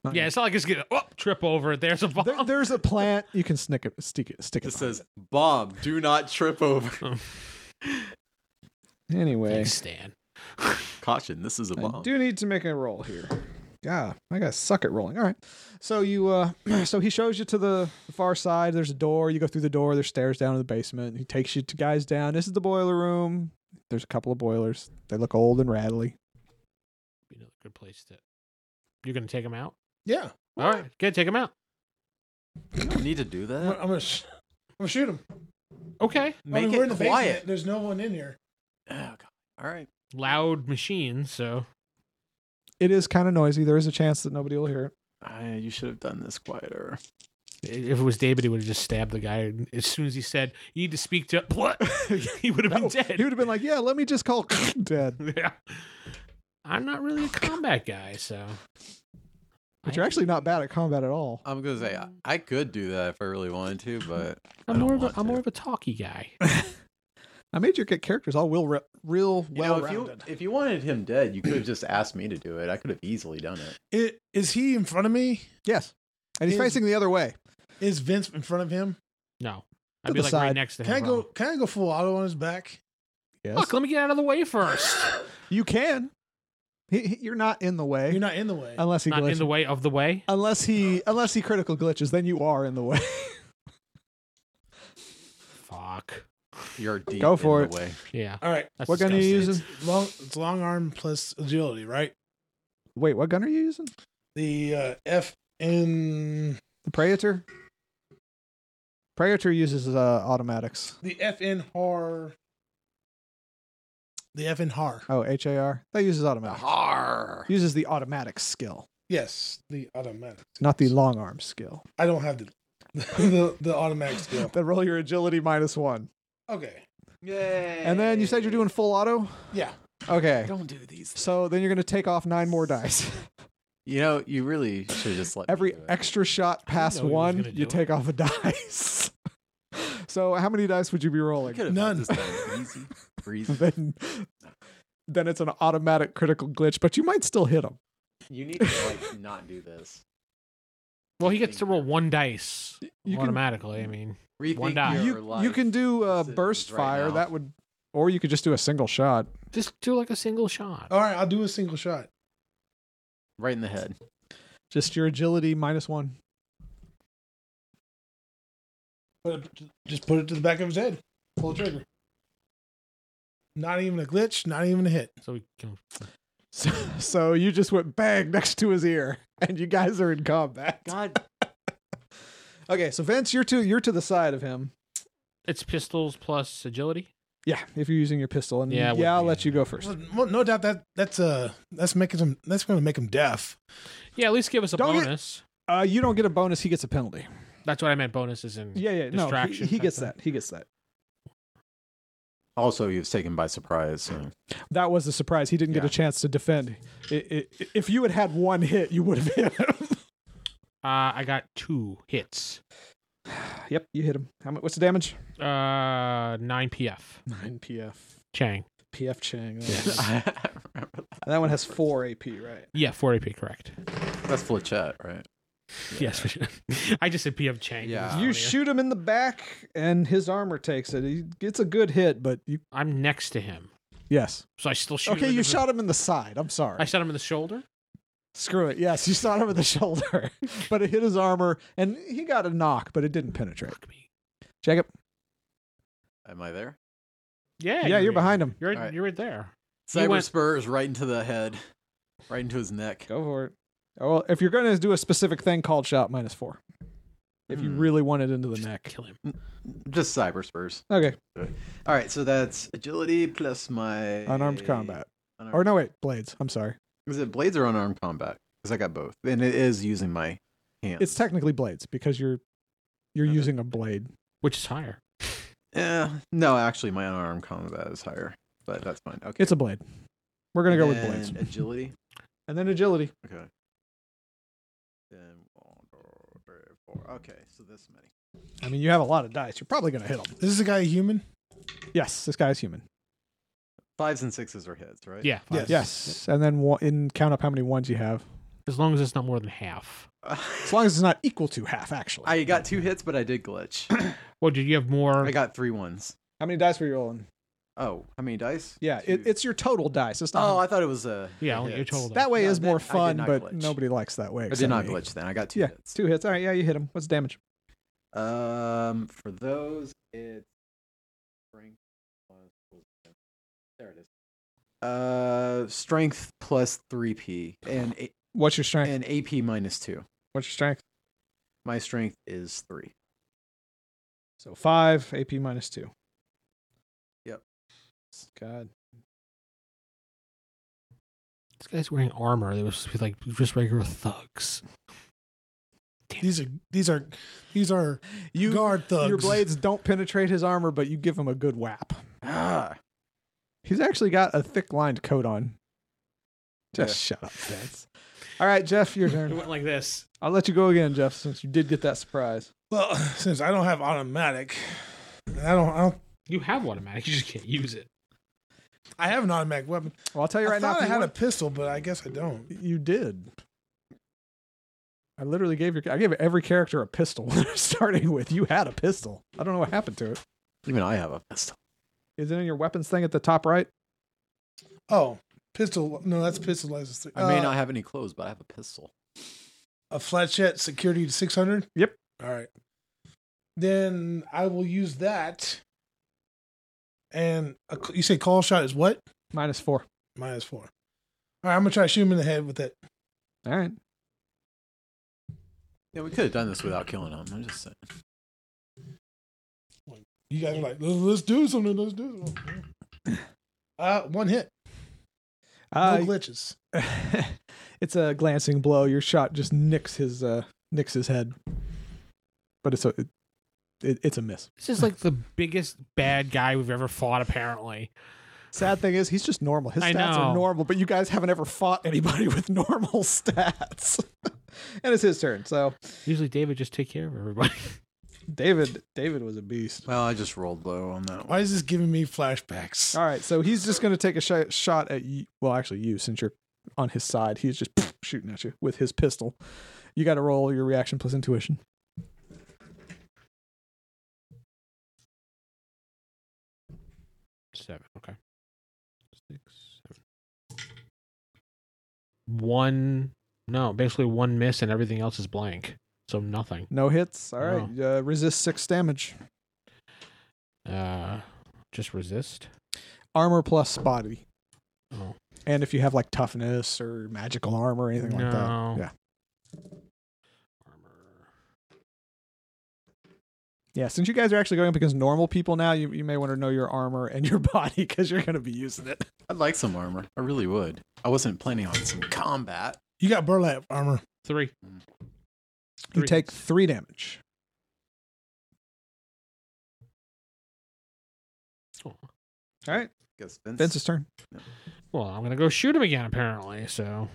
S2: Not-
S4: yeah, it's not like it's gonna oh, trip over. There's a bomb.
S2: There- there's a plant you can snick it, stick it, stick it.
S3: Just says, "Bob, do not trip over."
S2: Anyway,
S4: Thanks, Stan.
S3: Caution, this is a
S2: I
S3: bomb.
S2: do need to make a roll here. Yeah, I gotta suck at rolling. All right. So you, uh, so he shows you to the far side. There's a door. You go through the door. There's stairs down to the basement. He takes you to guys down. This is the boiler room. There's a couple of boilers. They look old and rattly.
S4: Be another good place to. You're gonna take him out.
S5: Yeah.
S4: All right, good. Take him out.
S3: You don't need to do
S5: I'm gonna,
S3: that.
S5: I'm gonna, sh- I'm gonna shoot him.
S4: Okay.
S5: I mean,
S3: Uh, Make
S5: we're in
S3: it
S5: the
S3: quiet.
S5: Basement. There's no one in here.
S3: Oh, God. All right.
S4: Loud machine. So
S2: It is kind of noisy. There is a chance that nobody will hear it.
S3: I, you should have done this quieter.
S4: i- if it was David, he would have just stabbed the guy as soon as he said, "You need to speak to." What? he would have been
S2: No,
S4: dead.
S2: He would have been like, "Yeah, let me just call dead."
S4: yeah. I'm not really a combat guy, so.
S2: But you're actually not bad at combat at all.
S3: I'm gonna say I, I could do that if I really wanted to, but I
S4: I'm
S3: don't
S4: more of a,
S3: want
S4: I'm
S3: to.
S4: more of a talky guy.
S2: I made your characters all real, real
S3: You know,
S2: well
S3: if you
S2: rounded.
S3: if you wanted him dead, you could have just asked me to do it. I could have easily done it.
S5: It, is he in front of me?
S2: Yes, and he's
S5: Is-
S2: facing the other way.
S5: Is Vince in front of him?
S4: No,
S2: To
S4: I'd be
S2: the
S4: like
S2: side.
S4: right next to him.
S5: Can I go?
S4: probably.
S5: Can I go full auto on his back?
S2: Yes,
S4: Fuck, let me get out of the way first.
S2: you can. He, he- you're not in the way.
S5: You're not in the way.
S2: Unless he
S4: not
S2: glitches.
S4: in the way of the way.
S2: unless he unless he critical glitches, then you are in the way.
S4: Fuck.
S3: You're deep
S2: Go
S3: in
S2: for
S3: the
S2: it.
S3: way.
S4: Yeah.
S5: All right.
S4: That's
S2: what gun are you
S4: disgusting.
S2: using?
S5: Long. It's long arm plus agility, right?
S2: Wait, what gun are you using?
S5: The uh, FN.
S2: The Praetor. Praetor uses uh, automatics.
S5: The FN har. The FN har.
S2: Oh, HAR. That uses automatics.
S3: Har.
S2: Uses the automatic skill,
S5: Yes, the automatic.
S2: not the long arm skill.
S5: I don't have the the, the automatic skill.
S2: Then roll your agility minus one.
S5: Okay.
S3: Yay.
S2: And then you said you're doing full auto?
S5: Yeah.
S2: Okay.
S3: Don't do these.
S2: So then you're going to take off nine more dice.
S3: You know, you really should just let me
S2: Every
S3: do it.
S2: extra shot past
S4: know he was
S2: one,
S4: gonna
S2: you
S4: do
S2: take off a dice. so how many dice would you be
S3: I
S2: rolling?
S3: could have none.
S5: None.
S3: This down easy, breezy.
S2: then then it's an automatic critical glitch, but you might still hit him.
S3: You need to like not do this.
S4: Well, he gets to roll one dice
S2: You can
S4: automatically. I mean,
S3: Rethink
S4: One die.
S3: your
S2: you,
S3: life.
S2: you can do uh,
S3: decisions
S2: burst
S3: right
S2: fire.
S3: now.
S2: That would, or you could just do a single shot.
S4: just do like a single shot.
S2: Oh.
S5: All right. I'll do a single shot.
S3: right in the head.
S2: Just your agility minus one.
S5: Put it, just put it to the back of his head. Pull the trigger. Not even a glitch. Not even a hit.
S4: So we can.
S2: So, so you just went bang next to his ear, and you guys are in combat.
S3: God,
S2: Okay, so Vince, you're to you're to the side of him.
S4: It's pistols plus agility.
S2: Yeah, if you're using your pistol, and
S4: Yeah,
S2: yeah,
S4: it would
S2: I'll
S4: be.
S2: let you go first.
S5: Well, no- no doubt that that's uh that's making him that's going to make him deaf.
S4: Yeah, at least give us a
S2: Don't get-
S4: bonus.
S2: Uh, you don't get a bonus; he gets a penalty.
S4: That's what I meant. Bonuses and
S2: Yeah, yeah, no, he,
S4: Distraction
S2: he
S4: type
S2: gets
S4: thing.
S2: that. He gets that.
S3: Also, he was taken by surprise. So.
S2: That was the surprise. He didn't get
S3: Yeah.
S2: a chance to defend. I- I- if you had had one hit, you would have hit him.
S4: Uh, I got two hits.
S2: yep, you hit him. How much? What's the damage?
S4: Uh, nine PF.
S2: Nine PF.
S4: Chang.
S2: PF Chang. That,
S4: Yes.
S3: I remember that.
S2: that one has four AP, right?
S4: Yeah, four AP. Correct.
S3: That's Flechette, right?
S4: Yes, for sure. I just said PF Chang.
S3: Yeah.
S2: you
S4: Ah, yeah.
S2: shoot him in the back, and his armor takes it. He gets a good hit, but you
S4: I'm next to him,
S2: yes.
S4: so I still shoot. him
S2: Okay,
S4: in
S2: you
S4: the-
S2: shot him in the side. I'm sorry.
S4: I shot him in the shoulder.
S2: Screw it. Yes, you shot him in the shoulder, but it hit his armor, and he got a knock, but it didn't penetrate.
S4: Fuck me.
S2: Jacob.
S3: Am I there?
S4: Yeah.
S2: Yeah, you're behind him.
S4: You're
S3: All right.
S4: you're right there. He
S3: Cyber
S4: went-
S3: spurs right into the head, right into his neck.
S2: Go for it. Oh, well, if you're going to do a specific thing called shot minus four, if you
S3: Hmm.
S2: really want it into the neck.
S4: Kill him.
S3: Just cyber spurs.
S2: Okay,
S3: All right, so that's agility plus my
S2: unarmed combat.
S3: unarmed-
S2: Or no, wait, blades. I'm sorry.
S3: Is it blades or unarmed combat? Because I got both, and it is using my hands.
S2: It's technically blades because you're you're
S3: Okay.
S2: using a blade.
S4: Which is higher?
S3: Eh, no, actually, my unarmed combat is higher, but that's fine. Okay,
S2: It's a blade. We're gonna go with blades
S3: And Agility.
S2: and then agility.
S3: Okay. Then one, two, three, four. Okay, so this many.
S2: I mean, you have a lot of dice. You're probably gonna hit them.
S5: This is a guy human.
S2: Yes, this guy's human.
S3: Fives and sixes are hits, right?
S4: Yeah. fine.
S5: Yes.
S2: Yes, and then one, and count up how many ones you have.
S4: As long as it's not more than half.
S2: As long as it's not equal to half, actually.
S3: I got two hits, but I did glitch.
S4: Well, did you have more?
S3: I got three ones.
S2: how many dice were you rolling?
S3: Oh, how many dice?
S2: Yeah,
S3: Two.
S2: it, it's your total dice. It's not.
S3: Oh, I thought it was a.
S4: Yeah, only your
S3: hits.
S4: total.
S2: that way
S3: No,
S2: is
S3: that-
S2: more
S3: I did
S2: fun,
S3: not
S2: but
S3: glitch.
S2: nobody likes that way.
S3: I did
S2: except
S3: not
S2: me.
S3: glitch then. I got two
S2: Yeah,
S3: hits.
S2: two hits. All right, yeah, you hit him. What's the damage?
S3: Um, for those, it's strength plus. There it is. Uh, strength plus three p and a-
S2: What's your strength?
S3: and AP minus two.
S2: What's your strength?
S3: My strength is three.
S2: So five AP minus two.
S3: Yep.
S2: God.
S4: This guy's wearing armor. They was like just regular thugs.
S5: These are these are these are
S2: You
S5: guard thugs.
S2: your blades don't penetrate his armor, but you give him a good whap.
S3: Ah,
S2: He's actually got a thick lined coat on. Just shut up, Vince. All right, Jeff, your turn.
S4: went like this.
S2: I'll let you go again, Jeff, since you did get that surprise.
S5: Well, since I don't have automatic, I don't. I don't.
S4: You have automatic. You just can't use it.
S5: I have an automatic weapon.
S2: Well, I'll tell you
S5: I
S2: right now.
S5: thought
S2: if
S5: I
S2: you
S5: had a
S2: want-
S5: pistol, but I guess I don't.
S2: You did. I literally gave your. I gave every character a pistol starting with. You had a pistol. I don't know what happened to it.
S3: even I have a pistol.
S2: Is it in your weapons thing at the top right?
S5: Oh, pistol. No, that's pistol license. Three.
S3: I may
S5: Uh,
S3: not have any clothes, but I have a pistol.
S5: a flatchet security to 600
S2: Yep.
S5: all right then i will use that and a, you say call shot is what
S2: Minus four.
S5: minus four all right i'm gonna try to shoot him in the head with it
S2: All right.
S3: Yeah, we could have done this without killing him. I'm just saying.
S5: you guys are like let's, let's do something let's do something uh one hit no
S2: Uh,
S5: glitches
S2: it's a glancing blow. Your shot just nicks his uh nicks his head. But it's a it, it, it's a miss.
S4: This is like the biggest bad guy we've ever fought. Apparently,
S2: Sad thing is he's just normal. His
S4: I
S2: stats are
S4: know.
S2: normal, but you guys haven't ever fought anybody with normal stats. and it's his turn. So
S4: usually David just take care of everybody.
S2: David David was a beast.
S3: Well, I just rolled low on that one.
S5: why is this giving me flashbacks
S2: All right, so he's just going to take a sh- shot at you. Well, actually, you since you're on his side, he's just shooting at you with his pistol. You got to roll your reaction plus intuition.
S4: Seven. Okay. Six. Seven. One. No, basically one miss and everything else is blank. So nothing.
S2: No hits. All right,
S4: Oh.
S2: uh, resist six damage.
S4: Uh, just resist.
S2: Armor plus body.
S4: Oh,
S2: And if you have like toughness or magical armor or anything like
S4: No.
S2: that. Yeah.
S4: armor.
S2: Yeah. Since you guys are actually going up against normal people now, you, you may want to know your armor and your body because you're going to be using it.
S3: I'd like some armor. I really would. I wasn't planning on some combat.
S5: you got burlap armor
S4: Three.
S2: You
S4: Three
S2: take
S4: hits.
S2: three damage.
S4: Oh.
S2: All right,
S3: Guess Vince.
S2: Vince's turn.
S4: Well, I'm gonna go shoot him again apparently. So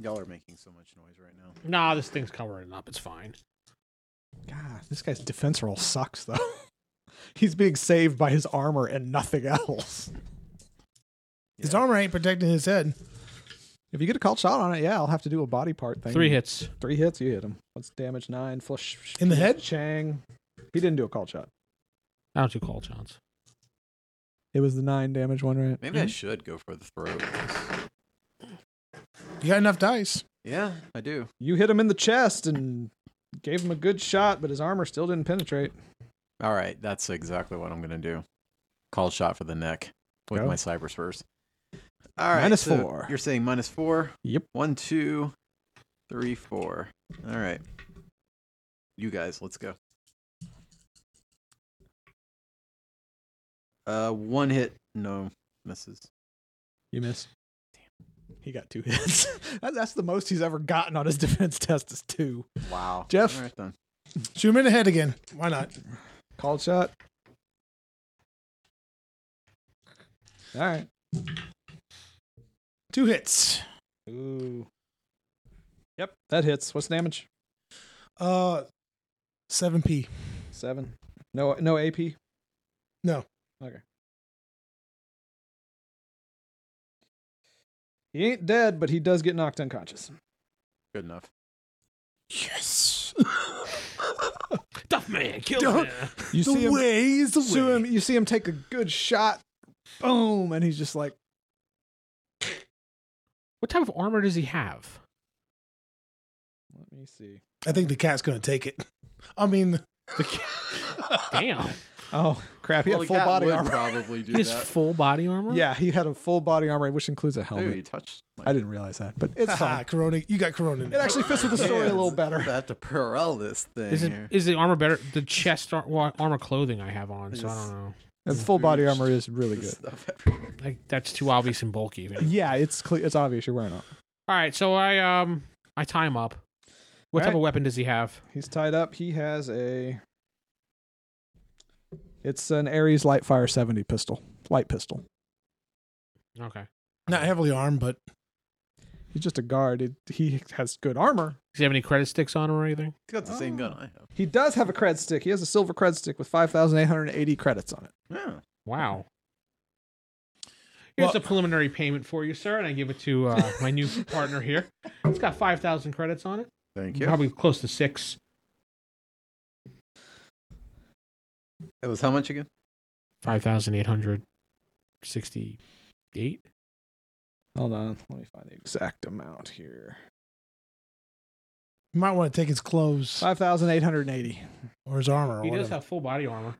S3: Y'all are making so much noise right now.
S4: nah, this thing's covering it up. It's fine.
S2: God, this guy's defense roll sucks though. He's being saved by his armor and nothing else.
S5: His
S3: Yeah.
S5: armor ain't protecting his head.
S2: If you get a called shot on it, yeah, I'll have to do a body part thing.
S4: Three hits.
S2: Three hits, you hit him. What's damage? Nine. Flush.
S5: In the head?
S2: Chang. He didn't do a called shot.
S4: I don't do call shots.
S2: It was the nine damage one, right?
S3: Maybe I should go for the throat.
S5: You got enough dice.
S3: Yeah, I do.
S2: You hit him in the chest and gave him a good shot, but his armor still didn't penetrate.
S3: All right, that's exactly what I'm gonna do. Call shot for the neck with
S2: Go.
S3: my cyber spurs. All right,
S2: Minus
S3: so
S2: four.
S3: You're saying minus four.
S2: Yep.
S3: One, two, three, four. All right. You guys, let's go. Uh, one hit, no misses.
S2: You missed. He got two hits. That- That's the most he's ever gotten on his defense test is two.
S3: Wow,
S2: Jeff?
S3: All right then.
S5: Shoot him in the head again. Why not?
S2: Called shot. All right.
S5: Two hits.
S2: Ooh. Yep, that hits. What's damage?
S5: Uh, seven P.
S2: Seven. No, no AP.
S5: No.
S2: Okay. He ain't dead, but he does get knocked unconscious.
S3: Good enough.
S5: Yes.
S4: Tough man, kill
S5: Don't-
S4: him.
S2: You see
S5: the
S2: him.
S5: way is the
S2: see
S5: way.
S2: him. You see him take a good shot. Boom, and he's just like
S4: What type of armor does he have?
S2: Let me see.
S5: I think the cat's gonna take it. I mean,
S4: Damn,
S2: Oh crap! He
S3: Well, the
S2: had full
S3: cat
S2: body
S3: would
S2: armor.
S3: Probably do
S4: he has
S3: that.
S4: full body armor.
S2: Yeah, he had a full body armor, which includes a helmet.
S3: Dude, you touched. my-
S2: I didn't realize that, but it's
S5: haha,
S2: fine.
S5: Corona. You got Corona. in
S2: It
S5: there.
S2: actually fits with the story a little better.
S3: I have to parallel this thing.
S4: Is it
S3: here.
S4: is the armor better? The chest ar- wa- armor clothing I have on, so I don't know.
S2: The full body armor is really
S3: This
S2: good.
S3: stuff everywhere.
S4: Like that's too obvious and bulky. even.
S2: Yeah, it's cle- it's obvious you're wearing it.
S4: All right, so I um I tie him up.
S2: All
S4: What type
S2: right.
S4: of weapon does he have?
S2: He's tied up. He has a. It's an Ares Lightfire 70 pistol, light pistol.
S4: Okay,
S5: Not heavily armed, but
S2: He's just a guard. It, he has good armor.
S4: does he have any credit sticks on him or anything?
S3: It's got the same gun
S2: Oh.
S3: I have.
S2: He does have a cred stick. He has a silver cred stick with 5,880 credits on it.
S3: Yeah.
S4: Wow. Here's
S5: Well-
S4: a preliminary payment for you, sir, and I give it to uh, my new partner here. It's got five thousand credits on it,
S3: Thank you.
S4: probably close to six.
S3: It was how much again?
S4: Five thousand eight hundred sixty-eight.
S2: Hold on. Let me find the exact amount here
S5: you might want to take his clothes
S2: 5,880.
S5: or his armor. Or
S4: He does
S5: whatever.
S4: have full body armor.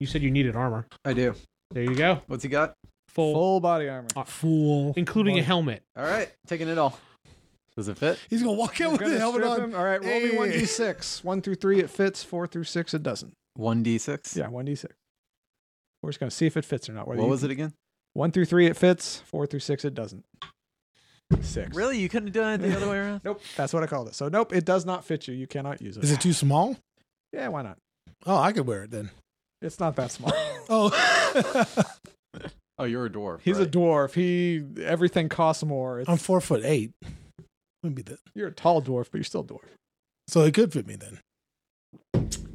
S4: You said you needed armor.
S3: I do.
S4: There you go.
S3: What's he got?
S4: Full,
S2: Full body armor.
S5: Fool.
S4: including a
S5: Body-
S4: helmet.
S3: All right, taking it all. Does it fit?
S5: He's gonna walk out
S2: You're
S5: with
S2: gonna
S5: the helmet
S2: strip
S5: on.
S2: him? All right, roll me
S5: Hey.
S2: 1d6. 1 through 3, it fits. 4 through 6, it doesn't.
S3: One d six.
S2: Yeah, 1d6. We're just going to see if it fits or not. whether
S3: What
S2: you
S3: was it again?
S2: One through three, it fits. Four through six, it doesn't. Six.
S3: Really? You couldn't have done it the other way around?
S2: Nope. That's what I called it. So nope, it does not fit you. You cannot use it.
S5: Is it too small?
S2: yeah, why not?
S5: Oh, I could wear it then.
S2: It's not that small.
S5: Oh,
S3: Oh, you're a dwarf.
S2: He's a
S3: right?
S2: dwarf. He everything costs more. It's,
S5: I'm four foot eight. Wouldn't be that.
S2: you're a tall dwarf, but you're still a dwarf.
S5: So it could fit me then.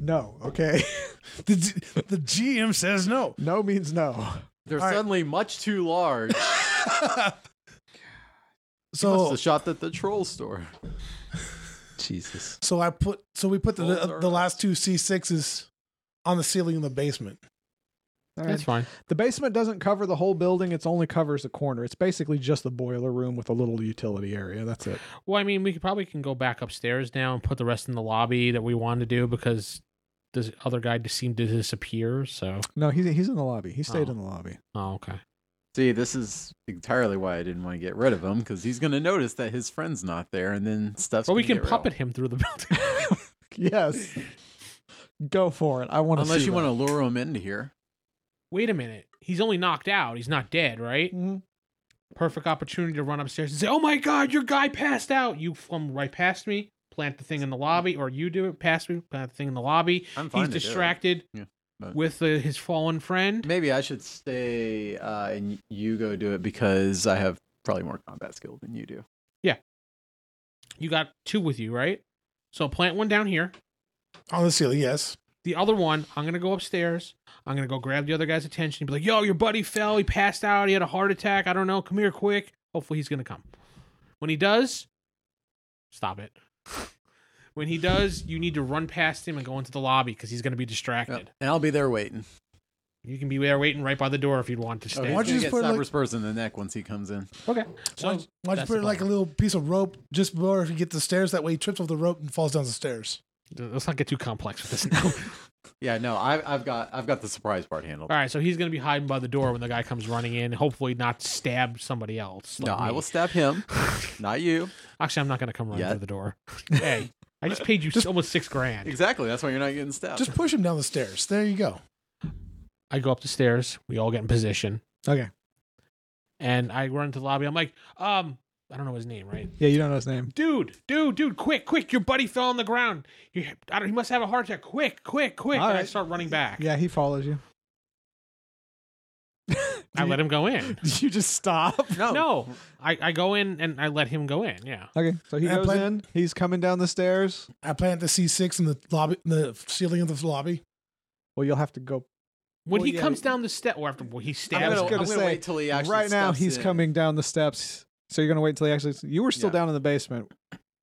S2: No, okay.
S5: The, G- the GM says no.
S2: no means no.
S3: They're
S5: All right.
S3: suddenly much too large. What's
S5: so
S3: the shop at the troll store? Jesus.
S5: so I put so we put the
S3: Rolls are
S5: the, last two C sixes on the ceiling in the basement.
S2: All right.
S4: That's fine.
S2: The basement doesn't cover the whole building. It's only covers a corner. It's basically just the boiler room with a little utility area. That's it.
S4: Well, I mean, we could probably can go back upstairs now and put the rest in the lobby that we wanted to do because this other guy just seemed to disappear. So,
S2: No, he's he's in the lobby. He stayed
S4: Oh.
S2: in the lobby.
S4: oh, okay.
S3: See, this is entirely why I didn't want to get rid of him because he's going to notice that his friend's not there, and then stuff's.
S4: But we
S3: gonna
S4: can
S3: get real.
S4: puppet him through the building.
S2: Yes. Go for it. I want to.
S3: Unless you want to lure him into here.
S4: Wait a minute. He's only knocked out. He's not dead, right?
S2: Mm-hmm.
S4: Perfect opportunity to run upstairs and say, "Oh my God, your guy passed out." You flum right past me, plant the thing in the lobby, or you do it past me, plant the thing in the lobby.
S3: I'm fine.
S4: He's
S3: to do it.
S4: distracted.
S3: Yeah.
S4: with uh, his fallen friend.
S3: Maybe I should stay uh, and you go do it because I have probably more combat skill than you do.
S4: You got two with you, right? So plant one down here.
S5: On the ceiling, yes.
S4: The other one, I'm gonna go upstairs. I'm gonna go grab the other guy's attention and be like, "Yo, your buddy fell. He passed out. He had a heart attack. I don't know. Come here quick. Hopefully, he's gonna come. When he does, stop it. when he does, you need to run past him and go into the lobby because he's gonna be distracted.
S3: Yep. And I'll be there waiting.
S4: You can be there waiting right by the door if you'd want to
S3: Okay,
S4: stay.
S5: Why don't
S3: he's
S5: you
S3: gonna
S5: just
S3: get
S5: put, like-
S3: Cyber's purse in the neck once he comes in.
S4: Okay.
S5: Why
S4: So
S5: don't why don't you
S4: that's
S5: put
S4: the
S5: like a
S4: plan.
S5: little piece of rope just before if he gets the stairs? That way he trips off the rope and falls down the stairs.
S4: let's not get too complex with this now.
S3: Yeah, no, I, I've got I've got the surprise part handled.
S4: All right, so he's gonna be hiding by the door when the guy comes running in. Hopefully, not stab somebody else.
S3: No,
S4: like
S3: I
S4: me.
S3: will stab him, not you.
S4: Actually, I'm not gonna come running
S3: Yet.
S4: through the door. hey, I just paid you
S5: Just-
S4: almost six grand.
S3: Exactly. That's why you're not getting stabbed.
S5: Just push him down the stairs. There you go.
S4: I go up the stairs. We all get in position,
S2: Okay.
S4: and I run into the lobby. I'm like, um, I don't know his name, right?
S2: Yeah, you don't know his name.
S4: Dude, dude, dude, quick, quick! Your buddy fell on the ground. He, I don't, he must have a heart attack. Quick, quick, quick!
S2: All
S4: and I
S2: right.
S4: start running back.
S2: Yeah, he follows you.
S4: I let him go in.
S2: you just stop.
S3: no,
S4: No, I, I go in and I let him go in. Yeah.
S2: Okay, so he
S5: And
S2: goes
S5: plan-
S2: in. He's coming down the stairs.
S5: I plant the C six in the lobby, in the ceiling of the lobby.
S2: Well, you'll have to go
S4: When
S2: Well,
S4: he
S2: yeah,
S4: comes
S2: he-
S4: down the step, or after well, he
S3: I'm
S4: stabs.
S2: was
S3: gonna,
S2: gonna
S3: I'm gonna
S2: say,
S3: wait till he actually.
S2: right now.
S3: steps
S2: He's
S3: in.
S2: coming down the steps. So you're gonna wait till he actually. You were still
S3: Yeah.
S2: down in the basement.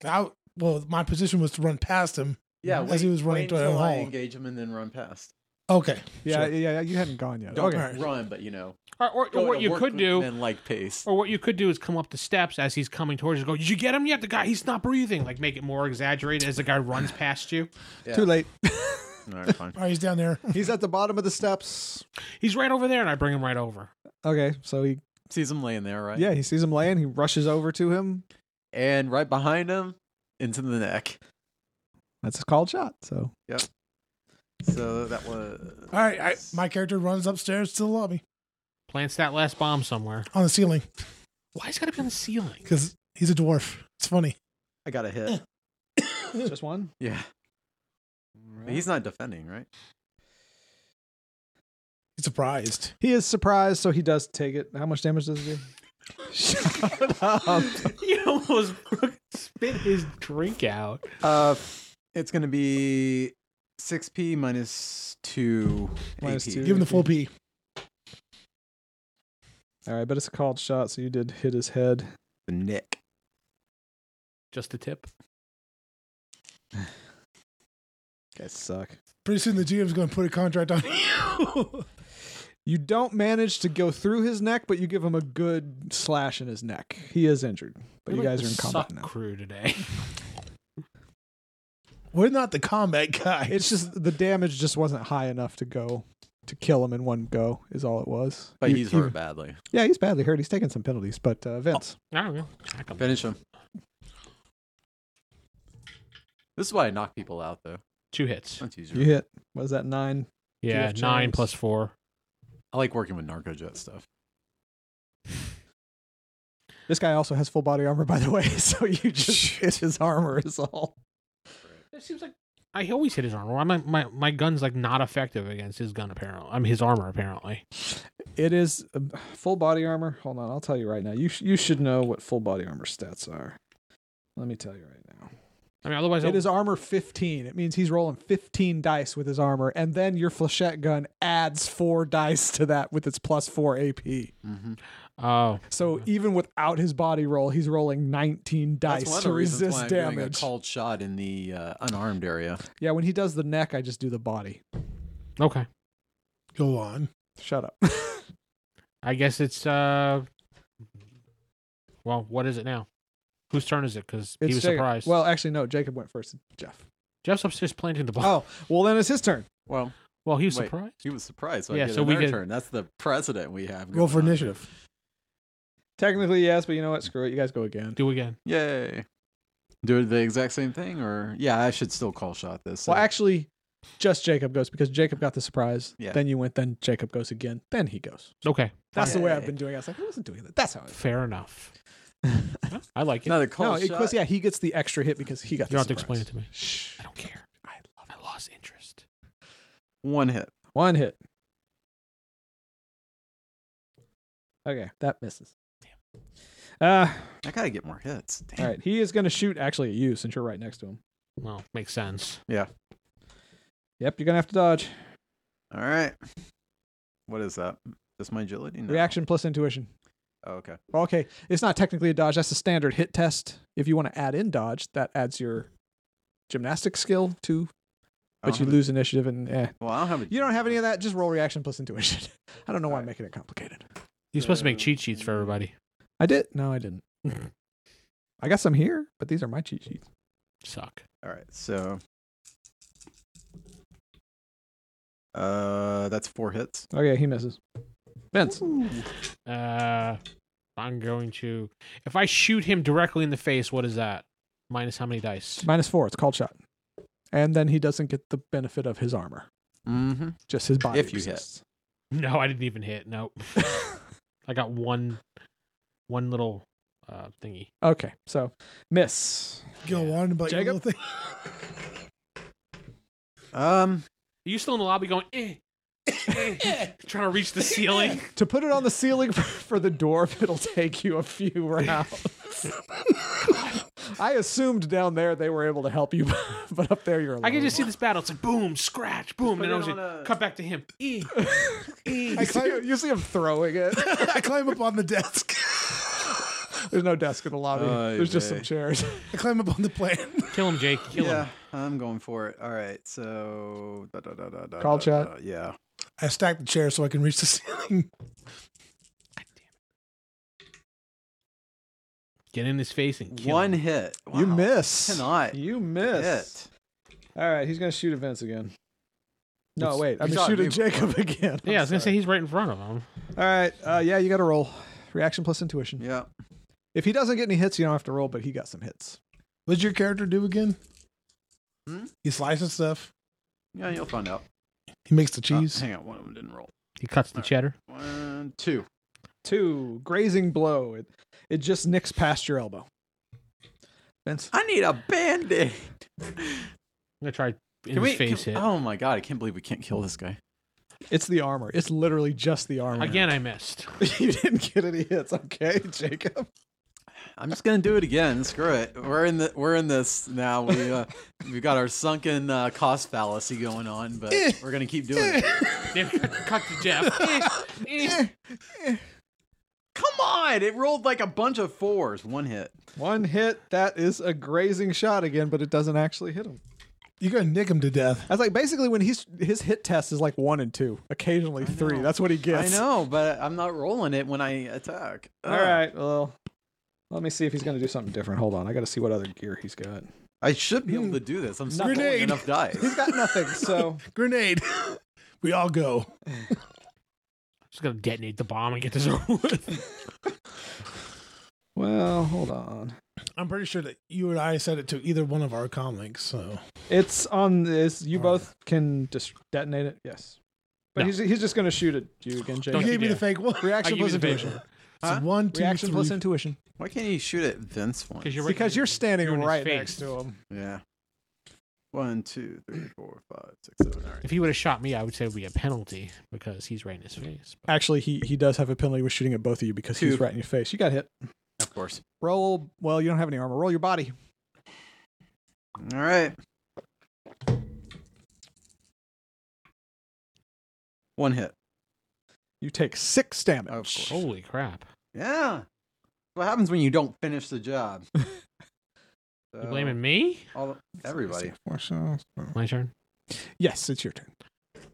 S5: I well, my position was to run past him.
S3: Yeah,
S5: as
S3: wait,
S5: he was running
S3: wait
S5: to the
S3: until I
S5: hall.
S3: engage him and then run past.
S5: Okay,
S2: Yeah,
S5: Sure.
S2: yeah, yeah. You hadn't gone yet.
S5: Don't
S2: okay.
S5: hurt.
S3: Run, but you know,
S4: Or, or, or
S3: go
S4: what
S3: at a
S4: you could do, Oh,
S3: workman like pace.
S4: or what you could do is come up the steps as he's coming towards you. Go, did you get him yet? The guy, he's not breathing. Like make it more exaggerated as the guy runs past you.
S3: Yeah.
S2: Too late.
S3: All right, fine.
S5: all right, he's down there.
S2: he's at the bottom of the steps.
S4: He's right over there, and I bring him right over.
S2: Okay, so he
S3: Sees him laying there, right?
S2: yeah he sees him laying. He rushes over to him.
S3: And right behind him, into the neck.
S2: That's a called shot. So
S3: So that was.
S5: All right, I, my character runs upstairs to the lobby
S4: Plants that last bomb somewhere.
S5: on the ceiling
S4: Why has it got to be on the ceiling?
S5: because he's a dwarf. It's funny.
S3: I got a hit.
S2: just one.
S3: yeah. But He's not defending, right?
S5: He's surprised.
S2: He is surprised, so he does take it. How much damage does it do? Shut up.
S4: he almost spit his drink out.
S3: Uh, it's gonna be six p minus two.
S2: Minus
S3: AP.
S2: two.
S5: Give him the full P.
S2: All right, but it's a called shot, so you did hit his head.
S3: The neck.
S4: Just a tip.
S2: Guys suck.
S5: Pretty soon the GM's going to put a contract on you.
S2: You don't manage to go through his neck, but you give him a good slash in his neck. He is injured, but you
S4: We're
S2: guys
S4: like
S2: are
S4: the
S2: in combat
S4: suck
S2: now.
S4: Crew today.
S5: We're not the combat guy.
S2: It's just the damage just wasn't high enough to go to kill him in one go. Is all it was.
S3: But
S2: You-
S3: he's
S2: you-
S3: hurt badly.
S2: Yeah, he's badly hurt. He's taking some penalties, but uh, Vince.
S4: I don't know. Crack 'em.
S3: Finish him. This is why I knock people out, though.
S4: Two hits.
S3: That's easier.
S2: You hit. What is that nine?
S4: Yeah,
S2: GF
S4: nine
S2: Jones.
S4: plus four.
S3: I like working with narco jet stuff.
S2: This guy also has full body armor, by the way. So you just hit his armor is all.
S4: It seems like I always hit his armor. Why My, my my gun's like not effective against his gun apparently. I'm his armor apparently.
S2: It is um, full body armor. Hold on, I'll tell you right now. You sh- you should know what full body armor stats are. Let me tell you right now.
S4: I mean, otherwise
S2: It is armor 15. It means he's rolling 15 dice with his armor, and then your flechette gun adds four dice to that with its plus four AP.
S3: Mm-hmm.
S4: Oh,
S2: So even without his body roll, he's rolling 19
S3: That's one
S2: dice
S3: of
S2: to
S3: the reasons
S2: resist
S3: why I'm doing a
S2: damage.
S3: called shot in the uh, unarmed area.
S2: Yeah, when he does the neck, I just do the body.
S4: okay.
S5: Go on.
S2: Shut up.
S4: I guess it's uh. Well, what is it now? Whose turn is it? Because he
S2: It's
S4: was
S2: Jacob.
S4: surprised.
S2: Well, actually, no. Jacob went first. Jeff.
S4: Jeff's upstairs planting the ball.
S2: Oh, well, then it's his turn.
S3: Well,
S4: well, he was
S3: wait.
S4: surprised.
S3: he was surprised. So
S4: Yeah,
S3: I get
S4: so we
S3: another
S4: could-
S3: turn. That's the precedent we have.
S5: Roll
S3: going
S5: for
S3: on.
S5: initiative.
S2: Technically, yes, but you know what? Screw it. You guys go again.
S4: Do again.
S3: Yay. Do the exact same thing, or yeah, I should still call shot this. so-
S2: Well, actually, just Jacob goes because Jacob got the surprise.
S3: Yeah.
S2: Then you went. Then Jacob goes again. Then he goes.
S4: Okay,
S2: That's the way
S3: Yeah.
S2: I've been doing it. I was like, I wasn't doing that. That's how it.
S4: fair enough. Huh? I like it.
S3: another call
S2: No,
S3: shot.
S2: because yeah, he gets the extra hit because he got.
S4: you don't have
S2: the
S4: to explain it
S2: surprise.
S4: to me.
S2: Shh.
S4: I don't care. I, I lost interest.
S3: One hit.
S2: One hit. Okay, that misses. Damn. Uh,
S3: I gotta get more hits. Damn.
S2: all right. He is going to shoot actually at you since you're right next to him.
S4: Well, makes sense.
S2: Yep, you're going to have to dodge.
S3: All right. What is that? That's my agility. No.
S2: Reaction plus intuition.
S3: Oh, okay.
S2: Okay, it's not technically a dodge. That's a standard hit test. If you want to add in dodge, that adds your gymnastic skill too,
S3: I
S2: but
S3: don't
S2: you
S3: have a-
S2: lose initiative and eh.
S3: Well, I don't have. A,
S2: You don't have any of that. Just roll reaction plus intuition. I don't know why I'm
S3: Alright.
S2: making it complicated.
S4: You're supposed to make cheat sheets for everybody.
S2: I did. No, I didn't. I got some here, but these are my cheat sheets.
S4: Suck.
S3: All right. So. Uh, that's four hits.
S2: Okay, he misses. Vince.
S4: Uh, I'm going to. If I shoot him directly in the face, what is that? Minus how many dice?
S2: Minus four. It's called shot. And then he doesn't get the benefit of his armor.
S3: Mm-hmm.
S2: Just his body.
S3: If you hit.
S2: resists.
S4: No, I didn't even hit. Nope. I got one, one little uh thingy.
S2: Okay, so miss.
S5: Go on about your
S2: Jacob?
S5: little thing.
S3: Um.
S4: Are you still in the lobby going, eh, eh, trying to reach the ceiling?
S2: To put it on the ceiling for, for the dwarf, it'll take you a few rounds. I assumed down there they were able to help you, but up there you're alone.
S4: I can just see this battle. It's like boom, scratch, boom, and then I was
S3: it
S4: like,
S3: on a-
S4: cut back to him. E, e.
S2: You see, you see him throwing it.
S5: I climb up on the desk.
S2: There's no desk in the lobby.
S3: Oy
S2: There's just some
S3: vey.
S2: chairs.
S5: I climb up on the plane.
S4: Kill him, Jake. Kill
S3: yeah,
S4: him.
S3: I'm going for it. All right. So. Da, da, da, da, da,
S2: Call
S3: da,
S2: shot.
S3: da, yeah.
S5: I stack the chair so I can reach the ceiling.
S4: Get in his face and kill
S3: One
S4: him.
S3: hit.
S2: You
S3: Wow.
S2: miss.
S3: Cannot
S2: You miss.
S3: hit.
S2: All right, he's gonna shoot at Vince again. No,
S3: Oops.
S2: wait. I'm
S3: He's
S2: gonna
S3: not
S2: shoot at
S3: moving.
S2: Jacob again.
S4: Yeah, I was gonna say he's right in front of him.
S2: All right. Uh, yeah, you got to roll. Reaction plus intuition.
S3: Yeah.
S2: If he doesn't get any hits, you don't have to roll, but he got some hits.
S5: What does your character do again?
S3: Hmm?
S5: He slices stuff.
S3: Yeah, you'll find out.
S5: He makes the
S3: Uh,
S5: cheese.
S3: hang on, one of them didn't roll.
S4: He cuts the
S3: Alright.
S4: cheddar.
S3: One, two.
S2: Two grazing blow. It it just nicks past your elbow. Vince.
S3: I need a band-aid.
S4: I'm gonna try in
S3: Can
S4: his
S3: we-
S4: face
S3: can-
S4: hit.
S3: Oh my god, I can't believe we can't kill this guy.
S2: It's the armor. It's literally just the armor.
S4: Again, I missed.
S2: you didn't get any hits, okay, Jacob?
S3: I'm just gonna do it again. Screw it. We're in the we're in this now. We uh, we've got our sunken uh, cost fallacy going on, but we're gonna keep doing it.
S4: Then cut to Jeff. Eh, eh.
S3: Come on! It rolled like a bunch of fours. One hit.
S2: One hit. That is a grazing shot again, but it doesn't actually hit him.
S5: You're gonna nick him to death.
S2: I was like, basically, when he's his hit test is like one and two, occasionally three. That's what he gets.
S3: I know, but I'm not rolling it when I attack.
S2: All
S3: Ugh.
S2: right. Well, let me see if he's going to do something different. Hold on. I got to see what other gear he's got.
S3: I should be able to do this. I'm not rolling
S5: Grenade.
S3: enough
S2: He's
S3: dice.
S2: got nothing. So
S5: Grenade. we all go.
S4: Just gonna detonate the bomb and get this over with.
S2: well, hold on.
S5: I'm pretty sure that you and I said it to either one of our comics. So
S2: It's on this. You
S5: All right.
S2: both can just detonate it. Yes. But
S4: No.
S2: he's he's just going to shoot at you again,
S5: you
S4: Don't
S2: Jacob.
S5: gave me
S4: do.
S5: the fake one.
S2: Reaction
S4: I give
S2: plus
S4: you the
S2: intuition.
S4: favor
S5: It's
S3: Huh?
S5: one, two,
S2: Reaction plus
S5: three.
S2: intuition.
S3: Why can't you shoot at Vince once?
S4: because you're right
S2: Because you're standing
S4: You're in his
S2: right
S4: face.
S2: next to him.
S3: Yeah. One, two, three, four, five, six, seven. All right.
S4: If he would have shot me, I would say it would be a penalty because he's right in his face.
S2: Actually, he he does have a penalty with shooting at both of you because
S3: Two.
S2: he's right in your face. You got hit.
S3: Of course.
S2: Roll. Well, you don't have any armor. Roll your body.
S3: All right. One hit.
S2: You take six damage.
S4: Holy crap!
S3: Yeah. What happens when you don't finish the job?
S2: Uh,
S4: You blaming me?
S3: All, everybody.
S4: My turn.
S2: Yes, it's your turn.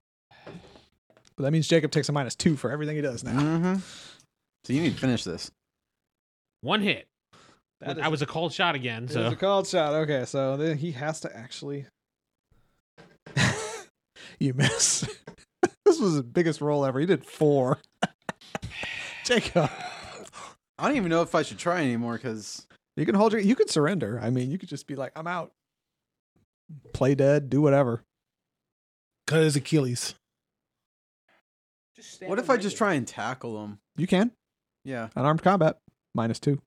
S2: But that means Jacob takes a minus two for everything he does now.
S3: Mm-hmm. So you need to finish this.
S4: One hit.
S2: That is
S4: I was a cold shot again.
S2: It
S4: So
S2: was a called shot. Okay, so then he has to actually. you miss. this was his biggest roll ever. He did four. Jacob,
S3: I don't even know if I should try anymore because
S2: you can hold your. You can surrender. I mean, you could just be like, "I'm out." Play dead. Do whatever.
S5: Cut his Achilles.
S3: what if I just try and tackle him?
S2: You can
S3: Yeah.
S2: unarmed combat minus two.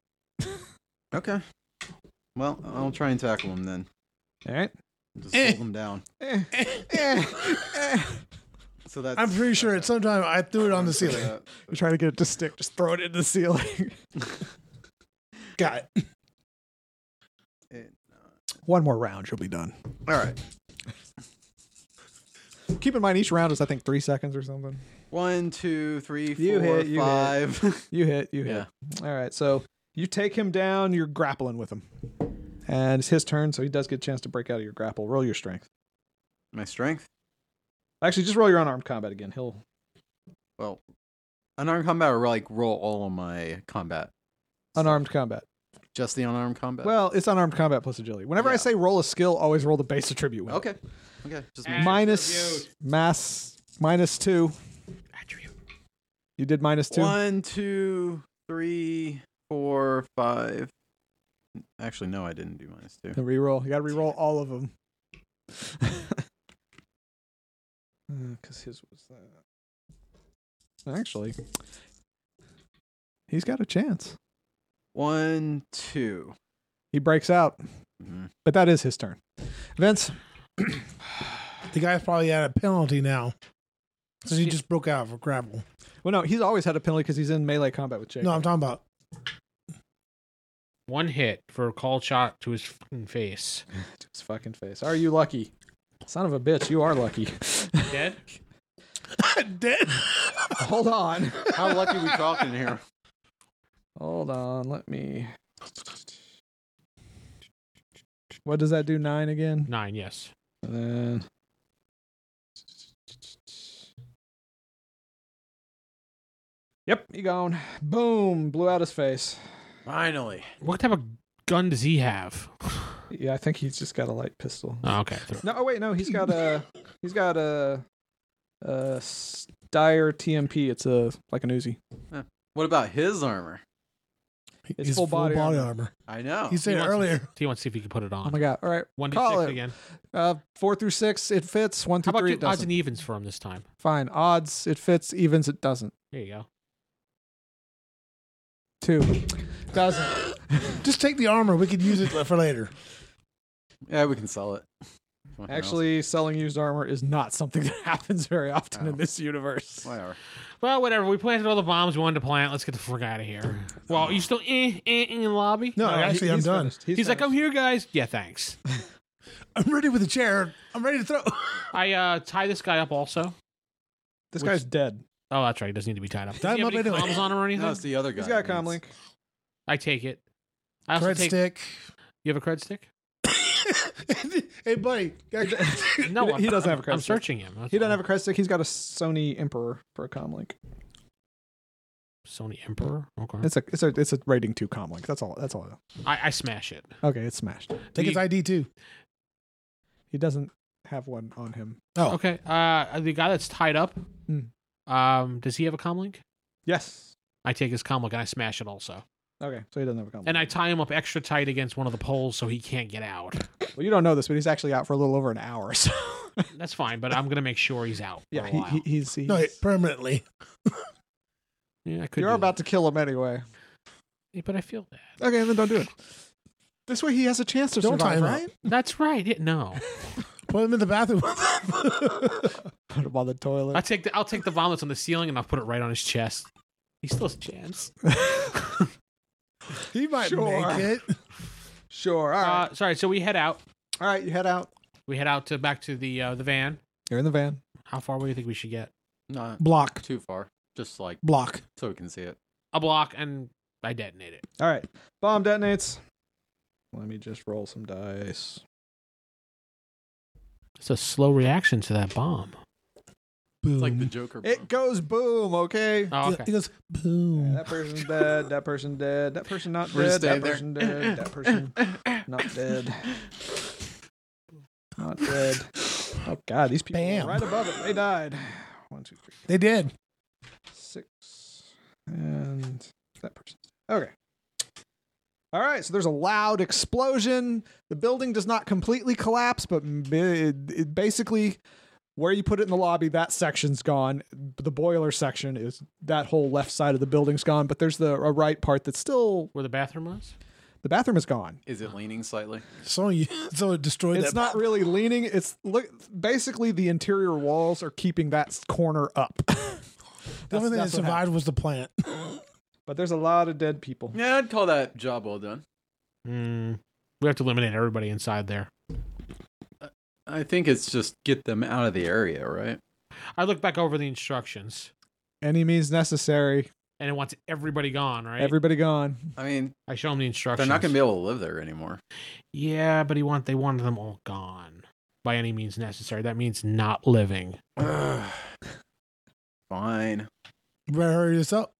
S3: Okay. Well, I'll try and tackle him then.
S5: Eh.
S2: All right.
S3: Just hold him down.
S2: Eh, eh, eh.
S6: So that's
S5: I'm pretty sure at some time I threw it on the ceiling.
S6: Uh,
S2: You're trying to get it to stick. Just throw it into the ceiling.
S5: Got it.
S6: it-
S2: One more round, you'll be done.
S6: all right.
S2: Keep in mind, each round is I think three seconds or something.
S6: One, two, three,
S2: You
S6: four,
S2: hit, you hit.
S6: five.
S2: You hit. You hit. All right. So you take him down. You're grappling with him, and it's his turn, so he does get a chance to break out of your grapple. Roll your strength.
S6: My strength.
S2: Actually, just roll your unarmed combat again. He'll
S6: Well, unarmed combat or like roll all of my combat.
S2: unarmed combat.
S6: Just the unarmed combat.
S2: Well, it's unarmed combat plus agility. Whenever I
S6: Uh, Yeah.
S2: say roll a skill, always roll the base attribute. with it.
S6: okay, okay. Just
S5: Eh.
S4: And-
S2: Minus mass minus two.
S4: Attribute.
S2: You did minus two.
S6: One, two, three, four, five. Actually, no, I didn't do minus two.
S2: The reroll. You got to reroll all of them. Because Uh, his was that. Actually, he's got a chance.
S6: One, 2
S2: He breaks out,
S6: Mhm.
S2: but that is his turn. Vince,
S5: The guy's probably at a penalty now. Since he just broke out for grapple.
S2: well, no, he's always had a penalty because he's in melee combat with Jake.
S5: No, I'm talking about
S4: One hit for a call shot to his fucking face.
S2: his fucking face. Are you lucky? Son of a bitch, you are lucky.
S4: Dead?
S5: dead.
S2: Hold on.
S6: How lucky we talking here?
S2: Hold on. Let me. What does that do? Nine again?
S4: Nine, yes.
S2: And then. Yep, he gone. Boom! Blew out his face.
S6: Finally.
S4: What type of gun does he have?
S2: Yeah, I think he's just got a light pistol.
S4: Oh, okay.
S2: No, oh wait, no, he's got a he's got a a Steyr TMP. It's a like an Uzi.
S6: What about his armor?
S2: It's
S5: He's
S2: full body armor.
S6: I
S3: Oh,
S6: know.
S5: He said
S4: He wants-
S5: earlier.
S4: Do you want to see if you can put it
S2: Oh
S4: on?
S2: my god! All right,
S4: One d
S2: Call
S4: six
S2: it.
S4: again.
S2: uh, four through six, it fits. One through
S4: How about
S2: three,
S4: do
S2: it
S4: odds
S2: doesn't.
S4: and e- evens for him this time?
S2: Fine, odds it fits, evens it doesn't.
S4: There you go.
S2: Two doesn't.
S5: Just take the armor. We could use it for later.
S6: yeah, we can sell it. Fucking hell.
S2: Actually, selling used armor is not something that happens very often in
S6: Wow.
S2: this universe.
S6: whatever.
S4: Well, whatever. We planted all the bombs we wanted to plant. Let's get the fuck out of here. Well, you still eh, eh, eh, in the lobby?
S5: No,
S2: he-
S5: actually, I'm
S2: he's
S5: done.
S2: finished.
S4: He's, like, I'm here, guys. Yeah, thanks.
S5: I'm ready with the chair. I'm ready to throw.
S4: I uh, tie this guy up also.
S2: this guy's dead.
S4: Oh, that's right. He doesn't need to be tied up. Does
S5: Tie
S4: he
S5: him
S4: have
S5: up
S4: any
S5: anyway.
S4: comms on him or anything?
S6: No, it's the other guy.
S2: He's got a
S6: I mean,
S2: comlink.
S4: I take it. I also
S5: Cred
S4: take.
S5: stick.
S4: You have a cred stick?
S5: hey, buddy. got a cred stick?
S4: No,
S2: He-
S4: I'm,
S2: he doesn't have a cred
S4: I'm
S2: stick.
S4: searching him.
S2: He doesn't have a crest stick. He's got a Sony Emperor for a comlink.
S4: Sony Emperor. Okay.
S2: It's a it's a it's a rating two comlink. That's all. That's all.
S4: I, I smash it.
S2: Okay, it's smashed.
S5: Take his ID too.
S2: He doesn't have one on him.
S5: Oh.
S4: Okay. Uh, the guy that's tied up.
S2: Hmm.
S4: Um, does he have a comlink?
S2: Yes.
S4: I take his comlink and I smash it also,
S2: Okay, so he doesn't have a comlink.
S4: and I tie him up extra tight against one of the poles so he can't get out.
S2: well, you don't know this, but he's actually out for a little over an hour. So
S4: That's fine, but I'm gonna make sure he's out. for
S2: yeah,
S4: a
S2: he,
S4: while.
S2: he, he's, he's
S5: No, wait, permanently.
S4: yeah. I could.
S2: you're
S4: do
S2: about to kill him anyway.
S4: that. Yeah, but I feel that.
S2: Okay, then don't do it. This way, he has a chance to
S5: Don't tie
S2: survive,
S5: him
S2: right?
S4: That's right. Yeah, no,
S5: Put him in the bathroom.
S2: Put him on the toilet.
S4: I take the I'll take the vomits on the ceiling and I'll put it right on his chest. He still has a chance.
S5: he might
S2: Sure.
S5: make it.
S2: sure. All right.
S4: Uh, sorry. So we head out.
S2: all right. You head out.
S4: We head out to back to the uh, the van.
S2: You're in the van.
S4: How far away do you think we should get?
S6: Not
S5: Block.
S6: too far. Just like
S5: Block.
S6: so we can see it.
S4: A block, and I detonate it.
S2: All right. Bomb detonates. Let me just roll some dice.
S4: It's a slow reaction to that bomb.
S5: Boom.
S6: It's like the Joker.
S2: Mm-hmm. It goes boom. Okay.
S4: Oh,
S5: He
S4: okay.
S5: goes, boom.
S2: That person's dead. That person dead. That person not
S6: We're just
S2: dead. That person
S6: staying
S2: dead. That person not dead. Not dead. Oh god, these people
S5: Bam.
S2: are right above it. They died. One, two, three,
S5: They did.
S2: six, and that person. Okay. All right. So there's a loud explosion. The building does not completely collapse, but m- it, it basically. Where you put it in the lobby, that section's gone. The boiler section is that whole left side of the building's gone, but there's the a right part that's still
S4: Where the bathroom was?
S2: The bathroom is gone.
S3: Is it leaning slightly?
S5: So you, so it destroyed
S2: It's
S5: that.
S2: not really leaning. It's look. Basically, the interior walls are keeping that s- corner up.
S5: the only thing that
S2: that's what
S5: survived was the plant.
S2: But there's a lot of dead people.
S3: Yeah, I'd call that job well done.
S4: Mm, we have to eliminate everybody inside there.
S3: I think it's just get them out of the area, right?
S4: I look back over the instructions,
S2: Any means necessary.
S4: and it wants everybody gone. Right?
S2: Everybody gone.
S3: I mean,
S4: I show him the
S3: they're
S4: instructions.
S3: not going to be able to live there anymore.
S4: Yeah, but he want they wanted them all gone by any means necessary. That means not living.
S3: Fine.
S5: You better hurry this up.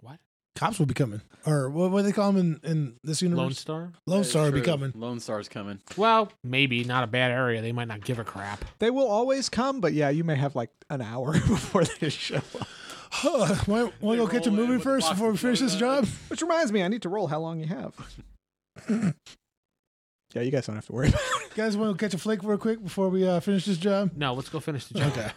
S4: What?
S5: Cops will be coming, or what? What do they call them in, in this
S4: Lone
S5: universe?
S4: Star?
S5: Lone Star will be
S3: True.
S5: coming.
S3: Lone Star's coming.
S4: Well, maybe not a bad area. They might not give a crap.
S2: They will always come, but yeah, you may have like an hour before they show up.
S5: Huh, want to go catch a
S3: roll in
S5: movie
S3: with the
S5: first
S3: box
S5: before we
S3: of
S5: finish this job?
S3: donuts.
S2: Which reminds me, I need to roll how long you have. yeah, you guys don't have to worry.
S5: You guys want to catch a flake real quick before we uh, finish this job?
S4: No, let's go finish the job.
S5: Okay.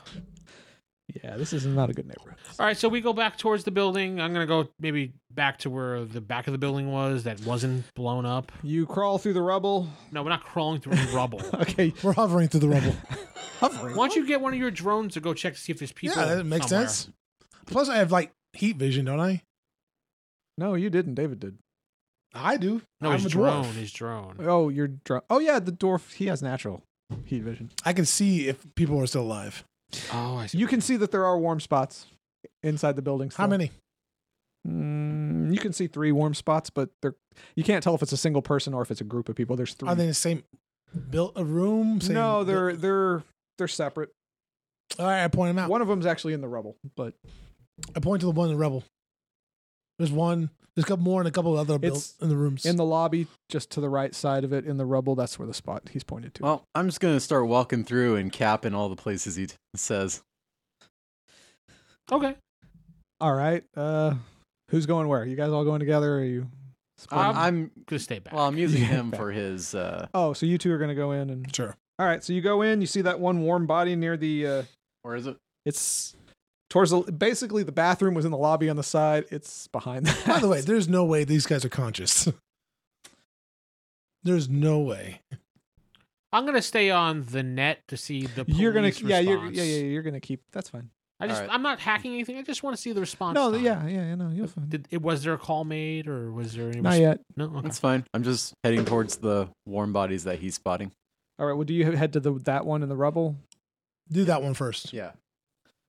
S2: yeah, this is not a good neighborhood.
S4: All right, so we go back towards the building. I'm gonna go maybe back to where the back of the building was that wasn't blown up.
S2: You crawl through the rubble.
S4: No, we're not crawling through any rubble.
S2: Okay,
S5: We're hovering through the rubble.
S2: hovering.
S4: Why don't you get one of your drones to go check to see if there's people?
S5: yeah, that makes
S4: somewhere?
S5: sense. Plus, I have like heat vision, don't I?
S2: No, you didn't. David did.
S5: I do.
S4: No,
S5: I'm
S4: his
S5: a
S4: drone,
S5: dwarf.
S4: his drone.
S2: Oh, you're drunk. Oh yeah, the dwarf. He has natural heat vision.
S5: I can see if people are still alive.
S4: Oh, I see.
S2: You can see that there are warm spots inside the building. still.
S5: How many?
S2: Mm, you can see three warm spots, but they're you can't tell if it's a single person or if it's a group of people. There's three.
S5: Are they in the same built a room? Same
S2: no,
S5: bu-
S2: they're they're they're separate.
S5: All right, I point them out.
S2: One of them's actually in the rubble, but
S5: I point to the one in the rubble. There's one. There's a couple more and a couple other built
S2: It's
S5: in the rooms.
S2: in the lobby, just to the right side of it, in the rubble, that's where the spot he's pointed to.
S3: Well, I'm just going to start walking through and capping all the places he t- says.
S4: Okay.
S2: All right. Uh, who's going where? You guys all going together? Or are you?
S3: I'm,
S4: Um,
S3: I'm
S4: Gonna stay back.
S3: well, I'm using
S2: Yeah,
S3: him
S2: back.
S3: for his. Uh,
S2: Oh, so you two are gonna go in and.
S5: sure.
S2: All right. So you go in. You see that one warm body near the. Uh,
S3: where is it?
S2: It's towards the basically the bathroom was in the lobby on the side. It's behind that.
S5: By the way, there's no way these guys are conscious. there's no way.
S4: I'm gonna stay on the net to see the. Police
S2: you're gonna yeah you're,
S4: response.
S2: yeah yeah you're gonna keep that's fine.
S4: I just
S3: All right.
S4: I'm not hacking anything. I just want to see the response.
S2: No
S4: time.
S2: yeah yeah yeah no you'll find.
S4: Did it was there a call made or was there any?
S2: Not yet.
S4: No. Okay.
S3: That's fine. I'm just heading towards the warm bodies that he's spotting.
S2: All right. Well, do you head to the that one in the rubble?
S5: Do that one first.
S3: Yeah.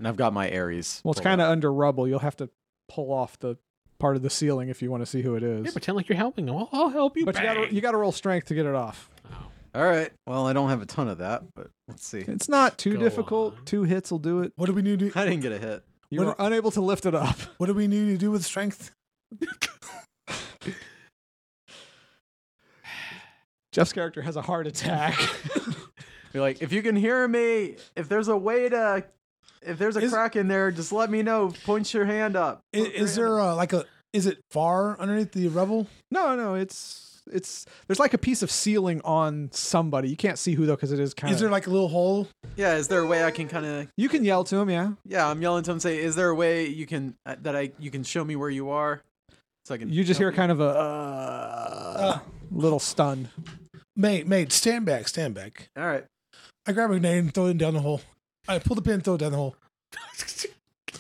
S3: And I've got my Aries.
S2: Well, it's
S3: pulled
S2: kind
S3: up.
S2: of under rubble. You'll have to pull off the part of the ceiling if you want to see who it is.
S4: Yeah, pretend like you're helping them. I'll, I'll help you.
S2: but you gotta
S4: bang.
S2: you gotta roll strength to get it off.
S4: Oh.
S3: All right. Well, I don't have a ton of that, but let's see.
S2: It's not too
S4: Go
S2: difficult.
S4: on.
S2: Two hits will do it.
S5: What do we need to
S3: I didn't get a hit.
S2: You're
S5: What-
S2: unable to lift it up.
S5: What do we need to do with strength?
S2: Jeff's character has a heart attack.
S3: You're like, if you can hear me, if there's a way to, if there's a
S5: Is-
S3: crack in there, just let me know. Point your hand up.
S5: I- Is, there uh like a? Is it far underneath the rubble?
S2: no, no, it's it's there's like a piece of ceiling on somebody. You can't see who though because it is kind
S5: Is there
S2: of.
S5: like a little hole?
S3: Yeah. Is there a way I can kind of?
S2: You can yell to him, yeah.
S3: Yeah, I'm yelling to him. Say, is there a way you can uh, that I you can show me where you are? So I can.
S2: You just hear
S3: help
S2: kind of a
S5: Uh,
S2: uh, little stun.
S5: mate, mate, stand back, stand back.
S3: you? All right.
S5: I grab a grenade and throw it down the hole. I pull the pin, throw it down the hole.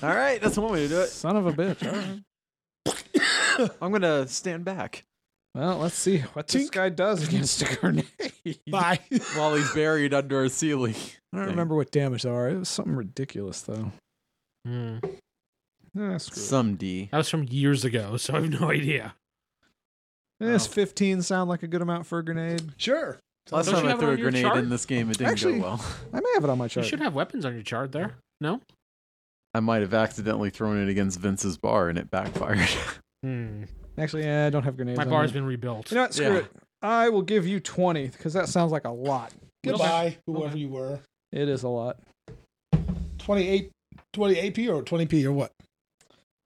S3: All right. That's one way to do it.
S2: Son of a bitch. All right.
S3: I'm gonna stand back
S2: Well, let's see what this
S5: Tink.
S2: guy does against a grenade.
S5: Bye.
S3: while he's buried under a ceiling.
S2: I don't remember what damage there are. It was something ridiculous though.
S4: Hmm.
S2: Ah, screw it.
S3: Some D.
S4: That was from years ago, so I have no idea.
S2: Eh, Does 15 sound like a good amount for a grenade?
S5: sure.
S3: Last
S4: Don't
S3: time
S4: you
S3: I
S4: have it
S3: threw
S4: on
S3: a
S4: your
S3: grenade
S4: chart?
S3: in this game, it didn't
S2: Actually-
S3: go well.
S2: I may have it on my chart.
S4: You should have weapons on your chart there. No.
S3: I might have accidentally thrown it against Vince's bar and it backfired.
S4: Hmm.
S2: Actually, yeah, I don't have grenades.
S4: My
S2: on
S4: bar's
S2: me.
S4: been rebuilt.
S2: You know what? Screw
S3: Yeah.
S2: it. I will give you 20 because that sounds like a lot.
S5: Goodbye, whoever
S4: Okay.
S5: you were.
S2: It is a lot.
S5: 28, 20 AP or 20P or what?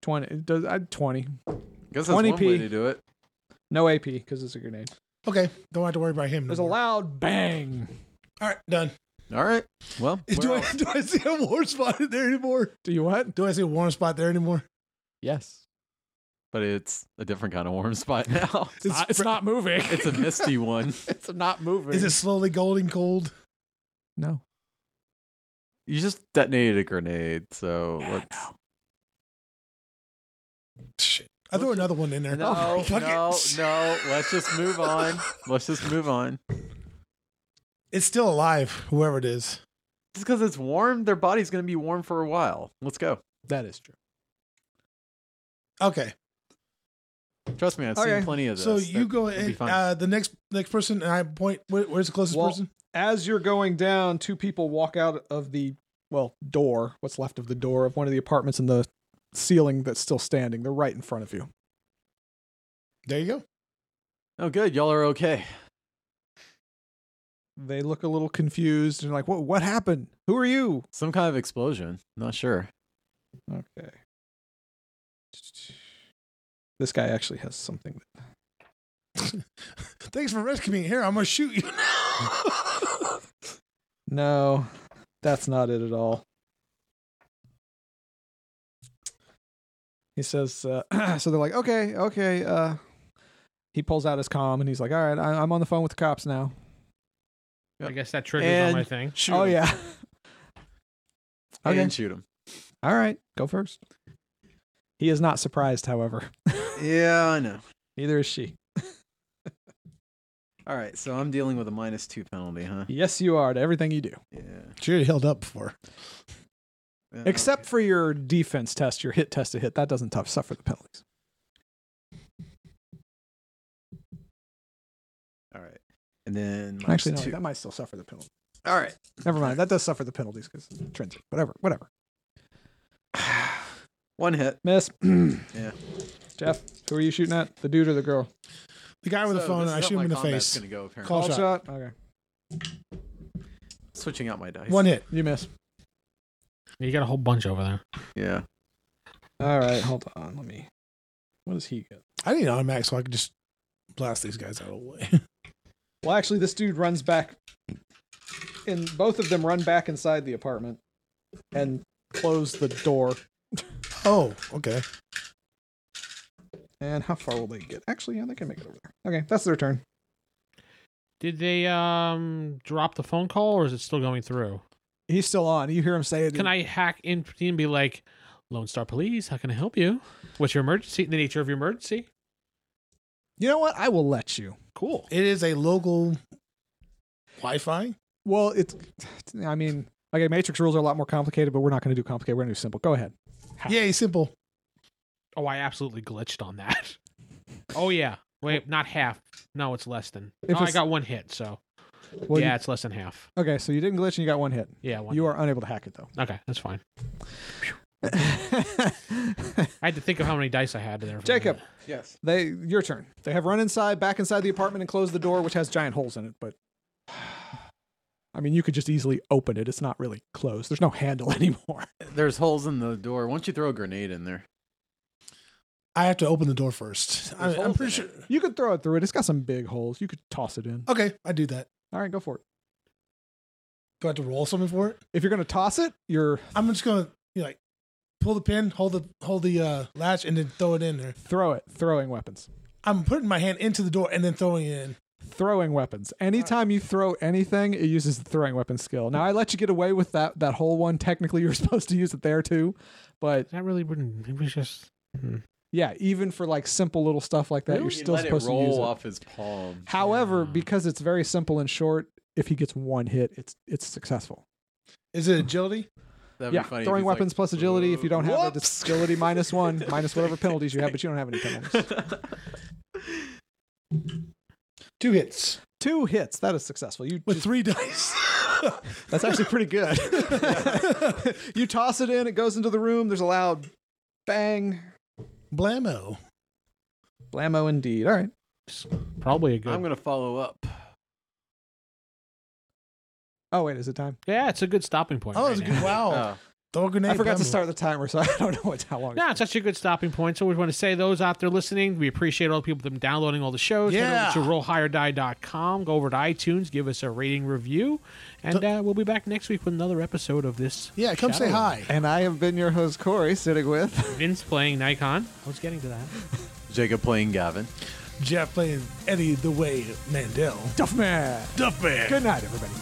S2: 20. It does, I, 20.
S3: Guess that's
S2: 20p.
S3: one way to do it.
S2: No AP because it's a grenade.
S5: Okay, don't have to worry about him. no
S2: There's a
S5: more.
S2: loud bang.
S5: All right, done.
S3: All right. Well,
S5: Do
S3: we're
S5: I,
S3: out.
S5: do I see a warm spot in there anymore?
S2: Do you what?
S5: Do I see a warm spot there anymore?
S2: Yes.
S3: but it's a different kind of warm spot now.
S2: It's, not, it's not moving.
S3: it's a misty one.
S7: It's not moving.
S5: Is it slowly golden cold?
S2: No.
S3: You just detonated a grenade, so let's.
S5: Shit. I threw another one in
S3: Oh,
S5: there. Oh,
S3: No,
S5: Fuck it.
S3: no, no. Let's just move on. Let's just move on.
S5: It's still alive, whoever it is.
S3: Just because it's warm, their body's gonna be warm for a while. Let's go.
S2: That is true.
S5: Okay.
S3: Trust me, I've
S2: Okay.
S3: seen plenty of this.
S5: So you
S3: That-
S5: go
S3: that'd be
S5: and
S3: fine.
S5: uh, the next next person, and I point. Where, where's the closest
S2: Well-
S5: person?
S2: As you're going down, two people walk out of the well door, what's left of the door of one of the apartments in the ceiling that's still standing. They're right in front of you.
S5: There you go.
S3: oh, good. Y'all are okay.
S2: They look a little confused and like, "What? What happened? Who are you?"
S3: Some kind of explosion. Not sure.
S2: Okay. This guy actually has something.
S5: Thanks for rescuing me. Here, I'm gonna shoot you.
S2: No, that's not it at all. He says, uh, so they're like, okay, okay. Uh, he pulls out his comm and he's like, all right, I- I'm on the phone with the cops now.
S4: I guess that triggers
S3: And-
S4: on my thing.
S3: Shoot
S2: Oh,
S3: 'em.
S2: yeah. okay.
S3: And shoot him.
S2: All right, go first. He is not surprised, however.
S3: Yeah, I know.
S2: Neither is she.
S3: All right, so I'm dealing with a minus two penalty, huh?
S2: Yes, you are to everything you do,
S3: Yeah.
S5: She held up before.
S3: Yeah,
S2: except
S3: okay.
S2: for your defense test, your hit test to hit. That doesn't tough suffer the penalties.
S3: All right. And then minus
S2: Actually, no,
S3: two.
S2: that might still suffer the penalty.
S3: All right.
S2: Never mind. That does suffer the penalties because intrinsic. Whatever. Whatever.
S3: One hit.
S2: Miss.
S3: Yeah.
S2: Jeff, who are you shooting at? The dude or the girl?
S5: The guy with the
S3: So
S5: phone,
S3: this
S5: I
S3: is how
S5: shoot
S3: my
S5: him in the
S3: combat's
S5: face.
S3: Gonna go, apparently.
S5: Call shot.
S2: Okay.
S3: Switching out my dice.
S5: One hit.
S2: You miss.
S4: You got a whole bunch over there.
S3: Yeah.
S2: All right. Hold on. Let me. What does he get?
S5: I need an automatic so I could just blast these guys out of the way.
S2: Well, actually, this dude runs back. And both of them run back inside the apartment and close the door.
S5: oh, okay.
S2: And how far will they get? Actually, yeah, they can make it over there. Okay. That's their turn.
S4: Did they um drop the phone call or is it still going through?
S2: He's still on. You hear him say it.
S4: Can I hack in and be like, Lone Star Police, how can I help you? What's your emergency? The nature of your emergency?
S2: You know what? I will let you.
S4: Cool.
S5: It is a local Wi-Fi.
S2: Well, it's. I mean, okay, Matrix rules are a lot more complicated, but we're not going to do complicated. We're going to do simple. Go ahead.
S5: Yay, simple.
S4: Oh, I absolutely glitched on that. Oh yeah. Wait, not half. No, it's less than.
S2: If
S4: Oh, I
S2: it's-
S4: got one hit, so
S2: Well,
S4: yeah,
S2: you-
S4: it's less than half.
S2: okay, so you didn't glitch and you got one hit.
S4: Yeah, one.
S2: You are unable to hack it though.
S4: okay, that's fine. I had to think of how many dice I had there. for a
S2: Jacob,
S4: minute.
S3: Yes.
S2: they your turn. They have run inside, back inside the apartment, and closed the door, which has giant holes in it. But I mean, you could just easily open it. It's not really closed. There's no handle anymore.
S3: There's holes in the door. Why don't you throw a grenade in there?
S5: I have to open the door first. I, I'm pretty sure.
S2: You could throw it through it. It's got some big holes. You could toss it in.
S5: Okay, I do that.
S2: All right, go for it.
S5: Do I have to roll something for it?
S2: If you're gonna toss it, you're
S5: I'm just gonna you know, like pull the pin, hold the hold the uh, latch, and then throw it in there.
S2: throw it. Throwing weapons.
S5: I'm putting my hand into the door and then throwing it in.
S2: throwing weapons. Anytime you throw anything, it uses the throwing weapon skill. Now I let you get away with that that whole one. Technically, you're supposed to use it there too, but
S4: that really wouldn't. It was just.
S2: yeah, even for like simple little stuff like that, you're still
S3: let
S2: supposed
S3: it roll
S2: to use it.
S3: off his palm.
S2: However,
S4: Yeah.
S2: because it's very simple and short, if he gets one hit, it's it's successful.
S5: Is it agility?
S3: That'd
S2: yeah,
S3: be funny if
S2: throwing
S3: he's like,
S2: weapons plus agility. If you don't have it,
S3: "Whoops."
S2: it's agility minus one, minus whatever penalties you have, but you don't have any penalties.
S5: Two hits
S2: Two hits, that is successful. You
S5: with
S2: just-
S5: three dice.
S2: That's actually pretty good. you toss it in, it goes into the room. There's a loud bang.
S5: Blammo.
S2: Blammo indeed. All right.
S4: Probably a good.
S3: I'm gonna follow up.
S2: Oh wait, is it time?
S4: yeah, it's a good stopping point.
S5: Oh,
S4: right
S5: it's a
S4: now.
S5: good. Wow.
S3: Oh.
S5: Throw a grenade.
S2: I forgot to
S5: Pamela.
S2: start the timer, so I don't know what's how long.
S4: No, it's actually a good stopping point. So we want to say those out there listening. We appreciate all the people that have been downloading all the shows. Head
S5: Yeah.
S4: over to rollhigherdie.com. Go over to iTunes, give us a rating review, and uh, we'll be back next week with another episode of this.
S5: Yeah, come say
S4: Shadow.
S5: hi.
S2: And I have been your host Corey, sitting with
S4: Vince playing Nikon. I was getting to that.
S3: Jacob playing Gavin.
S5: Jeff playing Eddie the Way Mandel.
S2: Duffman.
S5: Duffman.
S2: Good night, everybody.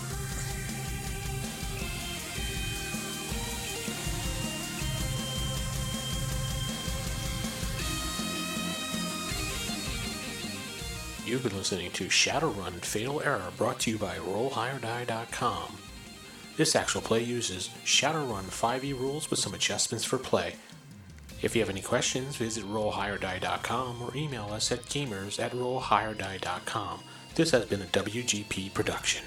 S8: You've been listening to Shadowrun Fatal Error brought to you by RollHigherDie.com. This actual play uses Shadowrun 5e rules with some adjustments for play. If you have any questions, visit RollHigherDie.com or email us at gamers at RollHigherDie.com. This has been a WGP production.